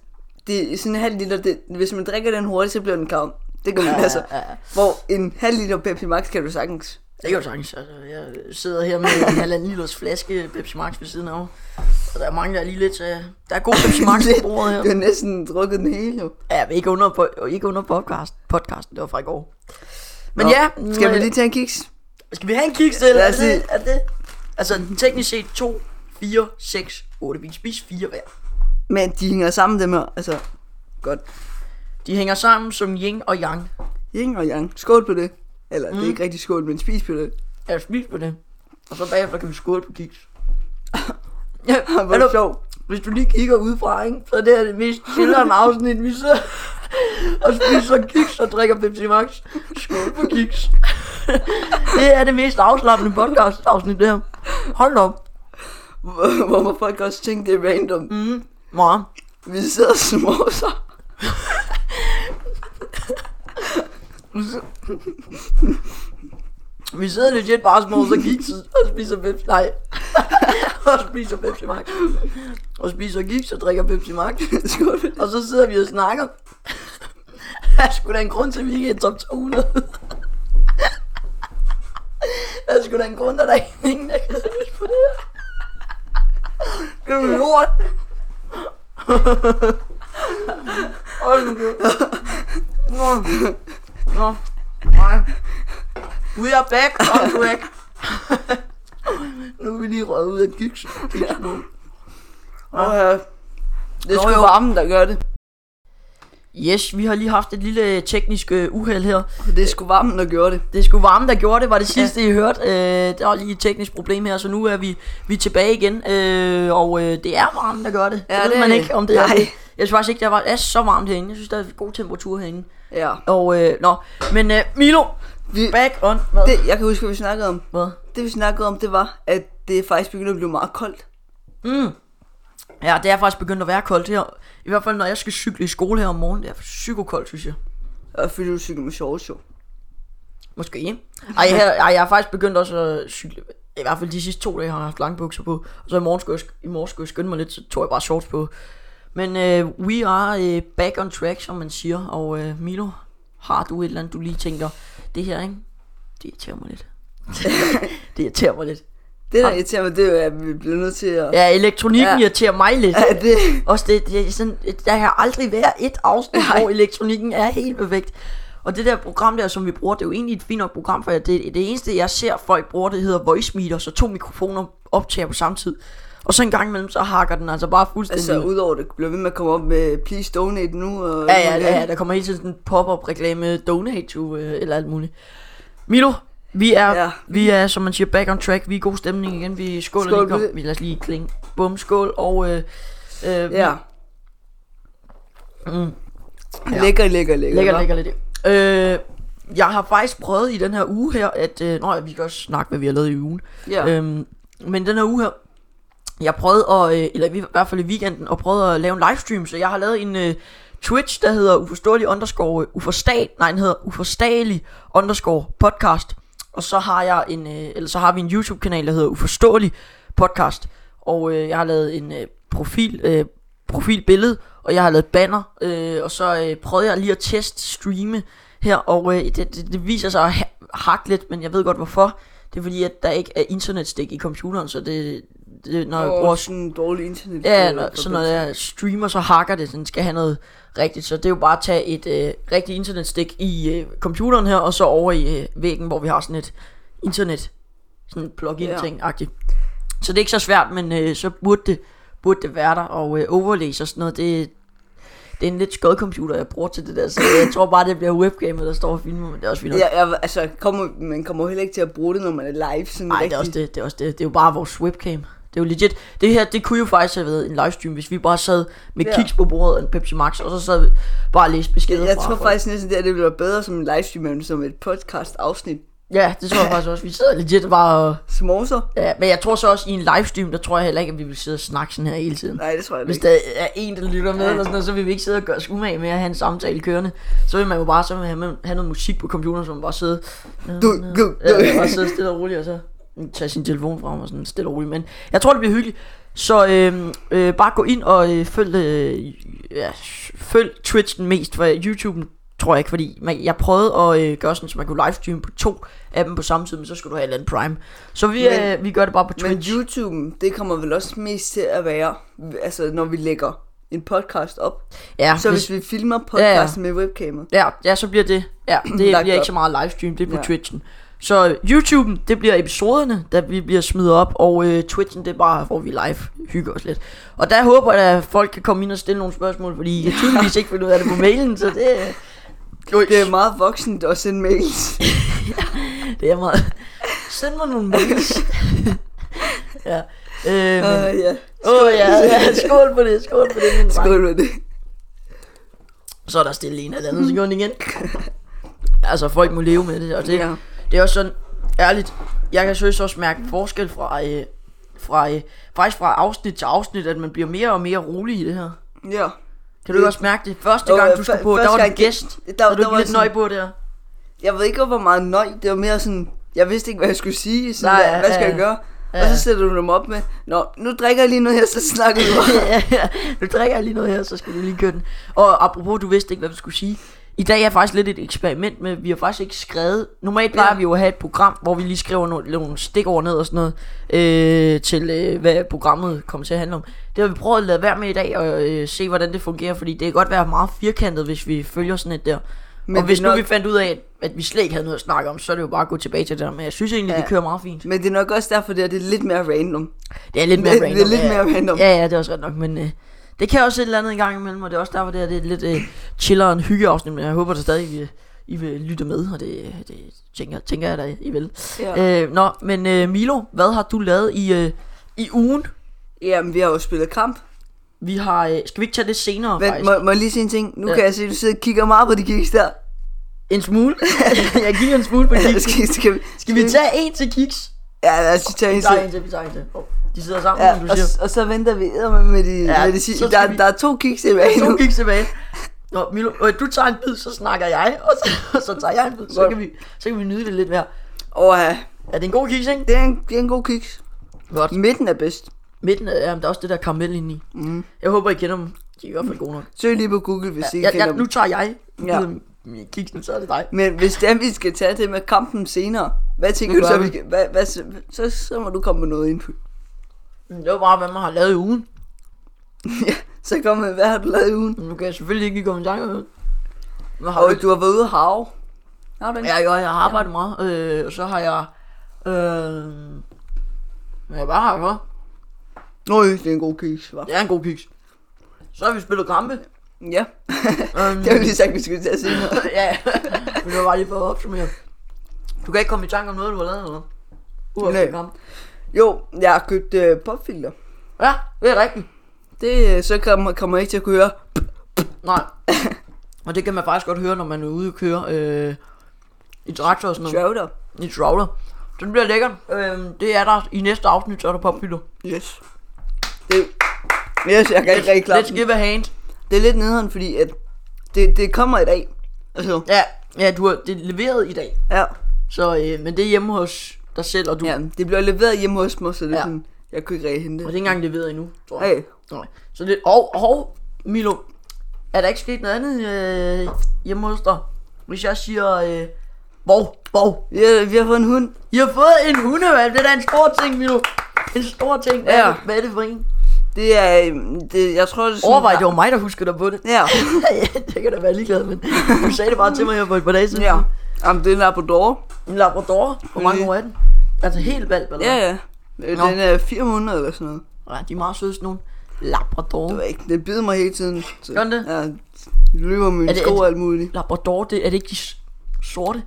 B: Det er sådan en halv liter. Det, hvis man drikker den hurtigt, så bliver den klam. Det gør man
A: Ja,
B: altså.
A: ja, ja.
B: Hvor en halv liter Pepsi Max kan du sagtens.
A: Det kan du sagtens. Altså, jeg sidder her med en halvanden liters flaske Pepsi Max ved siden af. Og der mangler lige lidt til... Der er god Pepsi Max
B: Lidt.
A: på bordet her.
B: Du har næsten drukket den hele jo.
A: Ja, men ikke under, po- ikke under podcast, podcasten. Det var fra i går. Men
B: Nå,
A: ja,
B: Skal vi
A: øh,
B: lige tage en kiks?
A: skal vi have en kiks til?
B: Lad
A: Er
B: os
A: det,
B: lige-
A: er det? Altså, teknisk set 2, 4, 6, 8. Vi kan spise 4 hver.
B: Men de hænger sammen dem her. Altså, godt.
A: De hænger sammen som yin og yang.
B: Yin og yang. Skål på det. Eller, mm. det er ikke rigtig skål, men spis på det.
A: Jeg spise på det. Og så bagefter kan vi skåle på kiks.
B: Hvor
A: Hallo.
B: er sjovt.
A: Hvis du lige kigger udefra, ikke? så er det her det mest chilleren afsnit, vi sidder og spiser kiks og drikker Pepsi Max. Skål på kiks. det er det mest afslappende podcast afsnit, det her. Hold da op.
B: Hvor, hvor må folk også tænke, det er random. Mm.
A: Mor.
B: Vi sidder og småser.
A: Vi sidder legit bare og småser kiks og spiser Pepsi. Nej. og spiser Pepsi Max. Og spiser kiks og drikker Pepsi Max.
B: skål på det.
A: Og så sidder vi og snakker. Der er sgu da en grund til, at vi ikke er i top 200. Der er sgu da en grund, at der er ingen, der kan huske på det her. Det er jo lort. Hold nu kæft. Nå. Nå. Nej. We are back on track. nu er vi lige røget ud af kiks.
B: Åh, ja. Det er
A: Nå,
B: sgu
A: jo.
B: varmen, der gør det.
A: Yes, vi har lige haft et lille teknisk øh, uheld her.
B: Det er sgu varmen, der gør det.
A: Det skulle varme, der gjorde det, var det sidste, I hørte. Øh, der var lige et teknisk problem her, så nu er vi, vi er tilbage igen. Øh, og øh, det er varme, der gør det.
B: Ja,
A: det ved
B: det
A: man
B: er-
A: ikke, om det er
B: nej.
A: det. Jeg synes faktisk ikke, der var, er så varmt herinde. Jeg synes, der er god temperatur herinde.
B: Ja.
A: Og øh, nå, men øh, Milo,
B: Vi,
A: back on. Hvad?
B: det, jeg kan huske, hvad vi snakkede om.
A: Hvad?
B: Det vi snakkede om, det var, at det faktisk begyndte at blive meget koldt.
A: Ja, det er faktisk begyndt at være koldt her. I hvert fald, når jeg skal cykle i skole her om morgenen. Det er psykokoldt, synes jeg.
B: Og fordi du cykler med shorts jo.
A: Måske. Ej, her, ej, jeg har faktisk begyndt også at cykle. I hvert fald de sidste to dage har jeg haft lange bukser på. Og så i morgen skulle jeg, sk- i morgen skulle jeg skynde mig lidt, så tog jeg bare shorts på. Men øh, we are øh, back on track, som man siger. Og øh, Milo, har du et eller andet, du lige tænker, det her, ikke? Det irriterer mig lidt. det irriterer mig lidt.
B: Det der irriterer mig, det er jo, at vi bliver nødt til at...
A: Ah. Ja, elektronikken ja.
B: Ja.
A: irriterer mig lidt.
B: Ja, det...
A: Også det, det er sådan, der har aldrig været et afsnit, Nej.
B: Nej.
A: hvor elektronikken er helt perfekt. Og det der program der, som vi bruger, det er jo egentlig et fint nok program, for det, det eneste, jeg ser folk bruge, det hedder voice meter, så to mikrofoner optager på samme tid. Og så en gang imellem, så hakker den altså bare fuldstændig.
B: Altså,
A: Altså,
B: udover det bliver ved med at komme op med Please Donate nu og...
A: ja, ja, ja, ja, der kommer hele tiden sådan en pop-up reklame, donate to, øh, eller alt muligt. Milo, vi er, ja.
B: Ja.
A: vi er, som man siger, back on track. Vi er i god stemning igen. Vi skåler skål, lige.
B: Skål på
A: Kom.
B: det.
A: Vi lader os lige klinge. Bum, skål. Og øh, øh, ja.
B: Ja. Mm. Lækker, lækker, lækker.
A: Lækker,
B: hva'?
A: lækker lidt. Øh, jeg har faktisk prøvet i den her uge her, at... Øh, nå, ja, vi kan også snakke, hvad vi har lavet i ugen.
B: Ja.
A: Øhm, men den her uge her, jeg prøvede at... Øh, eller i hvert fald i weekenden, og prøvede at lave en livestream, så jeg har lavet en... Øh, Twitch, der hedder uforståelig underscore øh, uforstat, nej, den hedder uforståelig underscore podcast. Og så har jeg en, øh, eller så har vi en YouTube-kanal, der hedder uforståelig podcast. Og øh, jeg har lavet en øh, profil, øh, profilbillede, og jeg har lavet banner, øh, og så øh, prøvede jeg lige at teste streame her, og øh, det, det, det viser sig at ha- hakke lidt, men jeg ved godt hvorfor. Det er fordi, at der ikke er internetstik i computeren, så det, det når jeg
B: Og
A: bruger
B: sådan en dårlig internet.
A: Ja,
B: øh,
A: når, så når
B: forbindelse.
A: jeg streamer, så hakker det, den skal have noget rigtigt. Så det er jo bare at tage et øh, rigtigt internetstik i øh, computeren her, og så over i øh, væggen, hvor vi har sådan et internet, sådan plug-in
B: Ja.
A: ting agtigt Så det er ikke så svært, men øh, så burde det, burde det være der, og øh, overlays og sådan noget, det, det er en lidt skød computer, jeg bruger til det der, så jeg tror bare, det bliver webcamet, der står og filmer, men det er også fint nok.
B: Ja, jeg, altså, kommer, man kommer jo heller ikke til at bruge det, når man er live. Sådan
A: Nej, det er også det. Det er, også det. det er jo bare vores webcam. Det er jo legit. Det her, det kunne jo faktisk have været en livestream, hvis vi bare sad med
B: Ja.
A: kiks på bordet og en Pepsi Max, og så sad vi bare og læste beskeder
B: Jeg, jeg
A: fra
B: tror
A: folk.
B: faktisk næsten, det, her, det bliver bedre som en livestream, end som et podcast-afsnit.
A: Ja, det tror jeg faktisk også. Vi sidder legit bare og...
B: Småser?
A: Ja, men jeg tror så også, i en livestream, der tror jeg heller ikke, at vi vil sidde og snakke sådan her hele tiden.
B: Nej, det tror jeg
A: Hvis
B: ikke.
A: der er en, der lytter med, eller sådan noget, så vil vi ikke sidde og gøre os umage med at have en samtale kørende. Så vil man jo bare så vil man have, have noget musik på computeren, så man bare sidder...
B: Du, du, du.
A: Ja, jeg bare sidde stille og roligt, og så tage sin telefon frem og sådan stille og roligt. Men jeg tror, det bliver hyggeligt. Så øh, øh, bare gå ind og øh, følg, øh, ja, følg Twitch'en mest, for YouTube'en tror jeg ikke, fordi man, jeg prøvede at øh, gøre sådan, så man kunne livestreame på to af dem på samme tid, men så skulle du have et eller andet Prime. Så vi,
B: Men-
A: øh, vi gør det bare på
B: Men
A: Twitch.
B: YouTube, det kommer vel også mest til at være, altså når vi lægger en podcast op.
A: ja,
B: Så hvis vi filmer podcasten med webcamet.
A: Ja, ja, så bliver det. Ja, det
B: Lagt
A: bliver ikke
B: op.
A: så meget livestream, det er på ja.
B: Ja.
A: Twitchen. Så YouTube'en, det bliver episoderne, der vi bliver smidt op, og øh, Twitchen, det er bare, hvor vi live hygger os lidt. Og der håber jeg, at folk kan komme ind og stille nogle spørgsmål, fordi jeg tydeligvis ikke finder ud af det på mailen, så det,
B: Det er meget voksent at sende mails.
A: det er meget... Send mig nogle mails. ja. Øh,
B: Åh,
A: men,
B: ja.
A: åh ja, ja, skål på det, skål på det, min dreng.
B: Skål med det.
A: Så er der stille en eller anden sekund igen. altså, folk må leve med det, og det, ja.
B: Ja.
A: det er også sådan, ærligt, jeg kan seriøst også mærke forskel fra, øh, fra øh, faktisk fra afsnit til afsnit, at man bliver mere og mere rolig i det her.
B: Ja.
A: Kan du ikke også mærke det? Første
B: Jo,
A: gang,
B: ja,
A: du skulle
B: fø-
A: på, der
B: første
A: var du
B: gang-
A: gæst.
B: der-
A: Der, var du
B: der
A: ikke
B: var
A: lidt nøj
B: sådan-
A: på der?
B: Jeg ved ikke, hvor meget nøj. Det var mere sådan, jeg vidste ikke, hvad jeg skulle sige. Sådan,
A: Nej,
B: Nej,
A: ja,
B: hvad skal
A: ja.
B: jeg gøre?
A: Ja.
B: Og så sætter du dem op med, Nå, nu drikker jeg lige noget her, så snakker du.
A: nu drikker jeg lige noget her, så skal du lige køre den. Og apropos, du vidste ikke, hvad du skulle sige. I dag er faktisk lidt et eksperiment med, vi har faktisk ikke skrevet. Normalt plejer
B: Ja.
A: vi jo at have et program, hvor vi lige skriver nogle, nogle stikord ned og sådan noget, øh, til øh, hvad programmet kommer til at handle om. Det har vi prøvet at lade være med i dag, og øh, se hvordan det fungerer, fordi det kan godt være meget firkantet, hvis vi følger sådan et der. Men
B: Men
A: og hvis
B: det
A: nu
B: er
A: vi
B: nok-
A: fandt ud af, at, at vi slet ikke havde noget at snakke om, så er det jo bare at gå tilbage til det der. Men jeg synes egentlig, ja.
B: Ja.
A: det kører meget fint.
B: Men det er nok også derfor, det er, det er lidt mere random.
A: Det er lidt mere
B: Det- det er
A: random.
B: lidt
A: ja.
B: mere random.
A: Ja, ja, det er også ret nok, men øh, det kan også et eller andet en gang imellem, og det er også derfor, det, her, det er lidt øh, chillere en hyggeafsnit, men jeg håber da stadig, I, vil- I vil lytte med, og det, øh, det tænker, tænker jeg da, I vil. Ja. Øh, nå, men øh, Milo, hvad har du lavet i, øh, i ugen?
B: Jamen, vi har jo spillet kamp.
A: Vi har, øh, skal vi ikke tage det senere,
B: Vent,
A: faktisk?
B: må, må jeg lige sige en ting? Nu
A: Ja.
B: ja. kan jeg se, at du sidder og kigger meget på de kiks der.
A: En smule. jeg giver en smule på
B: skal,
A: kiks.
B: skal, skal, vi,
A: Skal vi tage en til kiks?
B: Ja, lad os lige tage en
A: Vi tager en
B: til.
A: til, vi tager en til. Oh, de sidder sammen,
B: Ja,
A: ja, som du
B: og,
A: siger.
B: s- og, så venter vi med, med de,
A: Ja,
B: ja, med de
A: så
B: sidste.
A: skal
B: Der,
A: vi-
B: der er to kiks tilbage nu.
A: To gik tilbage. Nå, Milo, øh, du tager en bid, så snakker jeg, og så, og så tager jeg en bid, så
B: Godt.
A: kan, vi, så kan vi nyde det lidt mere.
B: Og ja,
A: Er det en god kiks, ikke?
B: det er, en, det er en god kiks.
A: Godt.
B: Midten er bedst.
A: Midten er, jamen, der er også det der karamel inde i. Mm. Jeg håber, I kender dem. De er i hvert fald gode nok.
B: Søg lige på Google, hvis I
A: Ja,
B: ikke
A: ja,
B: kender
A: nu
B: dem.
A: tager jeg
B: Ja.
A: ja. kiksen, så er det dig.
B: Men hvis det er, vi skal tage det med kampen senere, hvad tænker
A: Det
B: du så,
A: gør
B: vi
A: vi.
B: kan, hvad, hvad, så, så, så må du komme med noget input.
A: Det var bare, hvad man har lavet i ugen.
B: ja, så kom med, hvad har du lavet i ugen?
A: Nu kan jeg selvfølgelig ikke give kommentarer. med. Hvad har
B: Og
A: du?
B: du har været ude at have. Har du ikke?
A: Ja, jo, jeg har arbejdet meget. Øh, og så har jeg... Øh, men jeg bare har for.
B: Nøj, det er en god kiks, hva'?
A: Det er en god kiks. Så har vi spillet kampe.
B: Ja,
A: Øhm,
B: det har vi lige sagt, vi skulle til at sige noget.
A: ja, men det var bare lige for at opsummere. Du kan ikke komme i tanke om noget, du har lavet eller noget? Uafset
B: Nej.
A: kamp.
B: Jo, jeg har købt øh, popfilter.
A: Ja, det er rigtigt.
B: Det, øh, så kommer, kommer jeg ikke til at kunne høre.
A: Nej. Og det kan man faktisk godt høre, når man er ude og køre øh, i traktor og sådan noget.
B: Shouter.
A: I trawler. Så den bliver lækker. Øh, det er der i næste afsnit, så er der popfilter.
B: Yes. Det, yes, jeg kan ikke rigtig klare
A: Let's
B: den.
A: give a hand.
B: Det er lidt nederen, fordi at det, det kommer i dag. Altså,
A: Ja, ja du har det er leveret i dag.
B: ja.
A: Så, øh, men det er hjemme hos dig selv, og du ja.
B: ja. Det bliver leveret hjemme hos mig, så det er
A: Ja.
B: sådan, jeg kunne ikke rigtig hente
A: er
B: det.
A: ikke engang leveret endnu, tror jeg.
B: Hey,
A: Nej. Så det, og, og, Milo, er der ikke sket noget andet øh, hjemme hos dig? Hvis jeg siger, øh, Bov, Bov,
B: vi har, vi har fået en hund.
A: I har fået en hundehvalp, det er da en stor ting, Milo. En stor ting, hvad,
B: Ja.
A: ja. hvad er det for en?
B: Det er, øhm, det, jeg tror, det er sådan...
A: Overvej, det var mig, der huskede dig på det.
B: Ja,
A: jeg kan da være ligeglad, men du sagde det bare til mig her for et par dage siden.
B: ja. Jamen, det er en Labrador.
A: En labrador, hvor mange
B: Mhm.
A: år er den? Altså helt valp, eller
B: Ja,
A: hvad?
B: ja. Øh,
A: Nå.
B: Den er 400 eller sådan noget.
A: ja. de er meget søde, sådan nogle labrador.
B: Det var ikke, den bider mig hele tiden. Så,
A: Gør den det?
B: Ja, løber
A: Er
B: med mine
A: det-
B: sko
A: er
B: og
A: det-
B: alt muligt.
A: Labrador, det, er det ikke de s- sorte?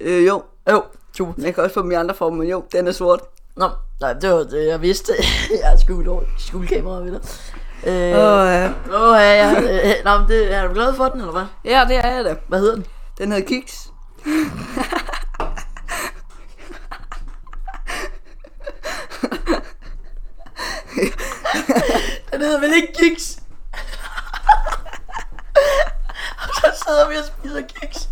B: Øh, jo,
A: Jo, super.
B: jeg kan også få dem i andre former, men jo, den er sort.
A: Nå, nej, det var det, jeg vidste. jeg har skjult over skjulkamera ved dig. Øh,
B: Åh,
A: åh,
B: ja.
A: oh, ja, ja. Øh, nå, men det, er du glad for den, eller hvad?
B: ja, det er jeg da.
A: Hvad hedder den?
B: Den hedder Kiks.
A: Den hedder vel ikke Kiks? og så sidder vi og spiser kiks.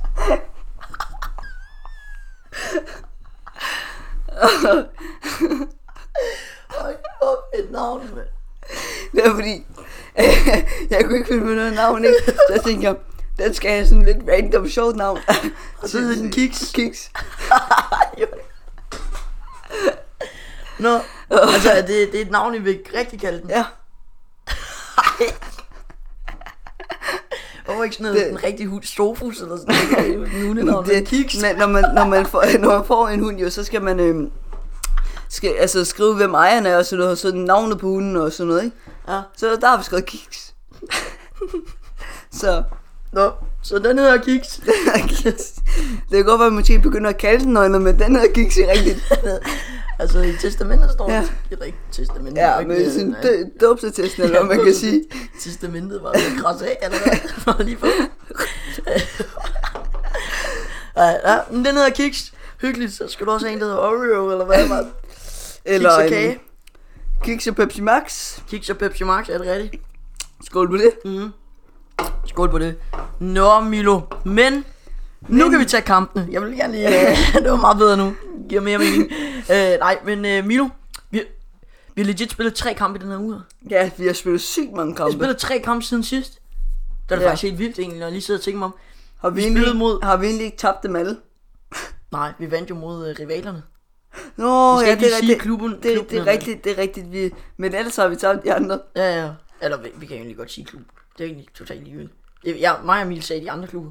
A: Ej, hvor fedt navn, mand.
B: Det er fordi, jeg kunne ikke finde på noget navn, ikke? Så jeg tænkte, jeg, den skal have sådan lidt random sjovt navn. øh,
A: Så hedder den Kiks.
B: Kiks.
A: Nå, altså er det, det er et navn, I vil rigtig kalde den.
B: Ja,
A: Hvorfor ikke sådan noget,
B: Det-
A: en rigtig hund, Sofus eller sådan noget? En hundenavn,
B: det,
A: det, Kiks.
B: Men når, man, når, man får, når man får en hund, jo, så skal man øhm, skal, altså, skrive, hvem ejeren er, og sådan noget, og sådan navnet på hunden og sådan noget, ikke?
A: Ja.
B: Så der har vi skrevet Kiks. så
A: Nå, så den hedder Kiks.
B: det kan godt være, at man måske begynder at kalde den noget, men den hedder Kiks i rigtigt.
A: altså i testamentet står
B: Ja.
A: ja. det ikke testamentet. det er
B: Ja,
A: ikke
B: men
A: noget-
B: sådan
A: nej.
B: dø- dåbsatesten, eller hvad man kan sige.
A: Testamentet var lidt krads af, eller hvad? Bare lige for. Ej, ja, men den hedder Kiks. Hyggeligt, så skal du også have en, der hedder Oreo, eller hvad? mand?
B: Eller
A: Kiks og
B: øhm,
A: kage.
B: Kiks og Pepsi Max.
A: Kiks og Pepsi Max, er det rigtigt?
B: Skål på det.
A: Mm. Skål på det. Nå, Milo. Men, nu kan vi tage kampen. Jeg vil gerne lige... Øh, det var meget bedre nu. Giver mere mening. Øh, nej, men øh, Milo, vi, vi har legit spillet tre kampe i den her uge. her.
B: Ja, vi har spillet sygt mange
A: Vi
B: kampe.
A: har spillet tre kampe siden sidst. Det er da
B: Ja.
A: faktisk helt vildt egentlig, når jeg lige sidder og tænker mig om.
B: har, vi
A: vi
B: egentlig,
A: spillede mod-
B: har vi egentlig ikke tabt dem alle?
A: Nej, vi vandt jo mod øh, rivalerne.
B: Nå,
A: skal
B: ja,
A: ikke
B: det
A: lige
B: er
A: sige
B: rigtigt.
A: klubben-
B: det, det,
A: klubben
B: er
A: eller-
B: rigtigt, det er rigtigt. Vi, men ellers har vi tabt de andre.
A: Ja, ja. Eller vi, vi kan egentlig godt sige klub. Det er egentlig totalt ligegyldigt. Det- Jeg, mig og Emil sagde de andre klubber.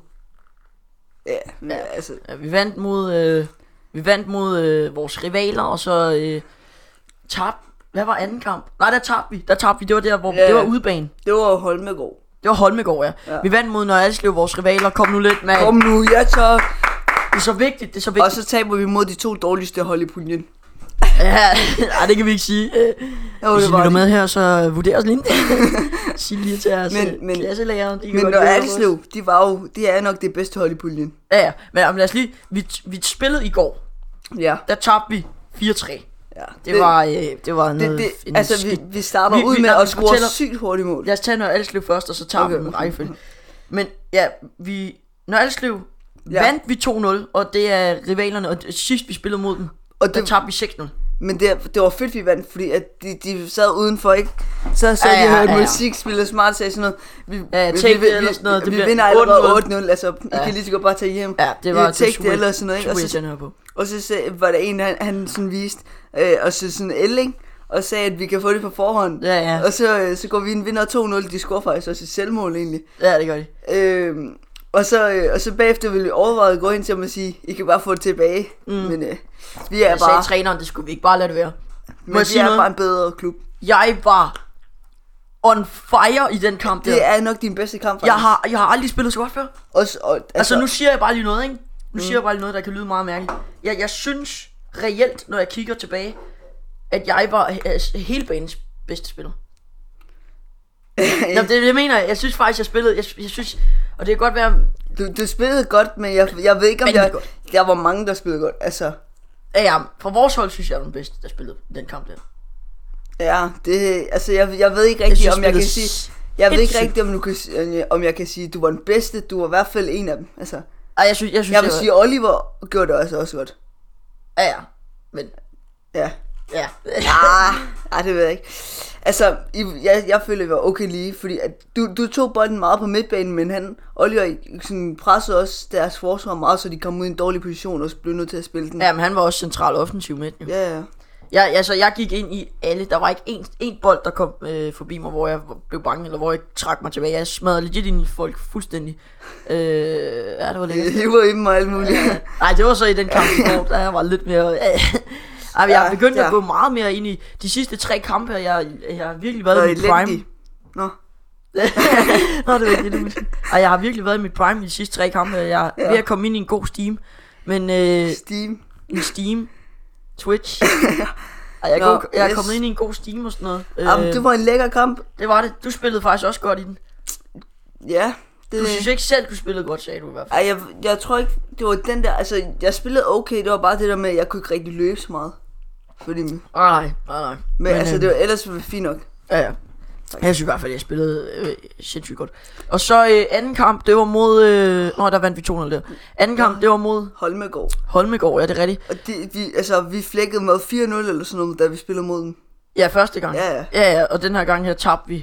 B: Ja, men, ja. altså.
A: Ja, vi vandt mod, øh, vi vandt mod øh, vores rivaler, og så øh, tabte... Hvad var anden kamp? Nej, der tabte vi. Der tabte vi. Det var der, hvor...
B: Ja.
A: Ja. Det var udebane.
B: Det var Holmegård.
A: Det var Holmegård, ja.
B: Ja.
A: ja. Vi vandt mod Nørre Alslev, vores rivaler. Kom nu lidt, mand.
B: Kom nu, ja så.
A: Det er så vigtigt. Det er så
B: Og
A: vigtigt.
B: så taber vi mod de to dårligste hold i puljen.
A: Ja, nej, det kan vi ikke sige. Øh,
B: Jo,
A: Hvis I lytter
B: de.
A: med her, så vurder os lige. Sig lige til jeres
B: Men-
A: men,
B: men-
A: men, klasselærer. De kan
B: Men
A: godt
B: når
A: lide os.
B: Alslev, de var jo, de er nok det bedste hold i puljen.
A: Ja, ja. Men jamen, lad os lige... Vi, vi spillede i går.
B: Ja.
A: Der tabte vi 4-3.
B: ja.
A: Det, var, øh, det var noget...
B: det, det,
A: en
B: altså, vi,
A: skidt-
B: vi starter
A: Vi-
B: ud
A: vi-
B: med
A: når
B: at
A: vi
B: score
A: fortæller-
B: sygt hurtigt mål.
A: Lad os tage Nørre Alslev først, og så tager
B: Okay.
A: okay. vi dem i rækkefølge. Men ja, vi... Nørre Alslev
B: Ja.
A: ja. vandt vi 2-0, og det er rivalerne. Og det- sidst vi spillede mod dem,
B: Og
A: og det... der
B: det-
A: tabte vi 6-0.
B: Men det, det var fedt, vi vandt, fordi at de, de sad udenfor, ikke? Så så ja, ja, de hørt ja, ja. musik, spillede smart, sagde sådan noget. Vi,
A: Ja,
B: vi,
A: take
B: vi,
A: det
B: vi,
A: eller sådan noget, det
B: vi, vi
A: bliver
B: vinder allerede
A: 8-0.
B: 8-0, altså ja. I kan lige så godt bare tage hjem.
A: Ja, det
B: Vi
A: var
B: vil take det eller sådan noget, ikke?
A: ikke? Og så,
B: Og så,
A: på.
B: og så sagde, var der en, han, han sådan viste, øh, og så sådan el, ikke? Og sagde, at vi kan få det på forhånd.
A: Ja, ja.
B: Og så, øh, så går vi ind, vinder 2-0, de scorer faktisk også et selvmål egentlig.
A: Ja, det gør de.
B: Øh, og, så, øh, og så bagefter ville vi overveje at gå hen til ham og sige, I kan bare få det tilbage. Mm. Men øh, vi er
A: Jeg sagde
B: bare,
A: træneren, det skulle vi ikke bare lade det være.
B: men
A: Må jeg
B: vi
A: sige
B: er bare
A: noget?
B: en bedre klub.
A: Jeg var on fire i den kamp der.
B: Det er nok din bedste kamp,
A: Jeg har, jeg har aldrig spillet så godt før.
B: Også, og, altså,
A: Altså, nu siger jeg bare lige noget, ikke?
B: Mm.
A: Nu siger jeg bare lige noget, der kan lyde meget mærkeligt. Jeg, jeg synes reelt, når jeg kigger tilbage, at jeg var he- hele banens bedste spiller. Nå, det, det mener jeg. Jeg synes faktisk, jeg spillede. Jeg, jeg synes, og det kan godt være,
B: du, du spillede godt, men jeg, jeg ved ikke, om
A: Vanvittigt
B: jeg,
A: godt.
B: der var mange, der spillede godt. Altså,
A: at jeg, fra vores hold synes jeg, jeg var den bedste, der spillede den kamp der.
B: ja, det, altså jeg, jeg ved ikke
A: Jeg
B: rigtig,
A: synes,
B: om jeg kan
A: spillede
B: sige... Jeg ved ikke
A: sindssygt.
B: rigtig, om, du kan, s- øh, om jeg kan sige, du var den bedste. Du var i hvert fald en af dem. Altså,
A: Ej, jeg synes, jeg synes,
B: jeg vil
A: var-
B: sige, Oliver gjorde det også, også godt.
A: Ja, ja. Men,
B: Ja.
A: ja.
B: Ah, ah, det ved jeg ikke. Altså, I- jeg, jeg føler, vi var okay lige, fordi at du, du tog bolden meget på midtbanen, men han, Oliver sådan, pressede også deres forsvar meget, så de kom ud i en dårlig position og så blev nødt til at spille den.
A: ja, men han var også central offensiv med jo.
B: ja, ja.
A: Jeg, altså, jeg gik ind i alle. Der var ikke en, en bold, der kom øh, forbi mig, hvor jeg blev bange, eller hvor jeg trak mig tilbage. Jeg smadrede legit ind i folk fuldstændig. Øh, ja, det var lækkert.
B: Det var i dem og alt muligt.
A: Nej, det var så i den kamp i går, der jeg var lidt mere... Ej, men jeg
B: Ja,
A: er begyndt
B: ja.
A: at gå meget mere ind i de sidste tre kampe, og jeg, jeg har virkelig været i mit prime.
B: Nå.
A: Nå, det var ikke det, du mente. Ej, jeg har virkelig været i mit prime i de sidste tre kampe, og jeg er
B: Ja.
A: ved at komme ind i en god steam. Men øh,
B: Steam.
A: en steam, Twitch. Ej, jeg, er
B: Nå,
A: god, jeg er
B: yes.
A: kommet ind i en god steam og sådan noget.
B: Jamen,
A: Øh,
B: det var en lækker kamp.
A: Det var det. Du spillede faktisk også godt i den.
B: Ja. Det,
A: Du synes ikke selv, du spillede godt, sagde du i hvert fald.
B: Ej, jeg, jeg tror ikke, det var den der, altså, jeg spillede okay, det var bare det der med, at jeg kunne ikke rigtig løbe så meget. Fordi, men,
A: Ah, Nej, nej, nej.
B: men altså,
A: øh,
B: det var ellers var det fint nok.
A: Ja, ja. Jeg synes i hvert fald, jeg spillede øh, sindssygt godt. Og så øh, anden kamp, det var mod... Øh, nå, der vandt vi 200 der. Anden kamp, det var mod
B: Holmegård.
A: Holmegård, ja, det er rigtigt.
B: Og det, vi, altså, vi flækkede med 4-0 eller sådan noget, da vi spillede mod dem.
A: Ja, første gang.
B: Ja, ja.
A: ja, ja og den her gang her tabte vi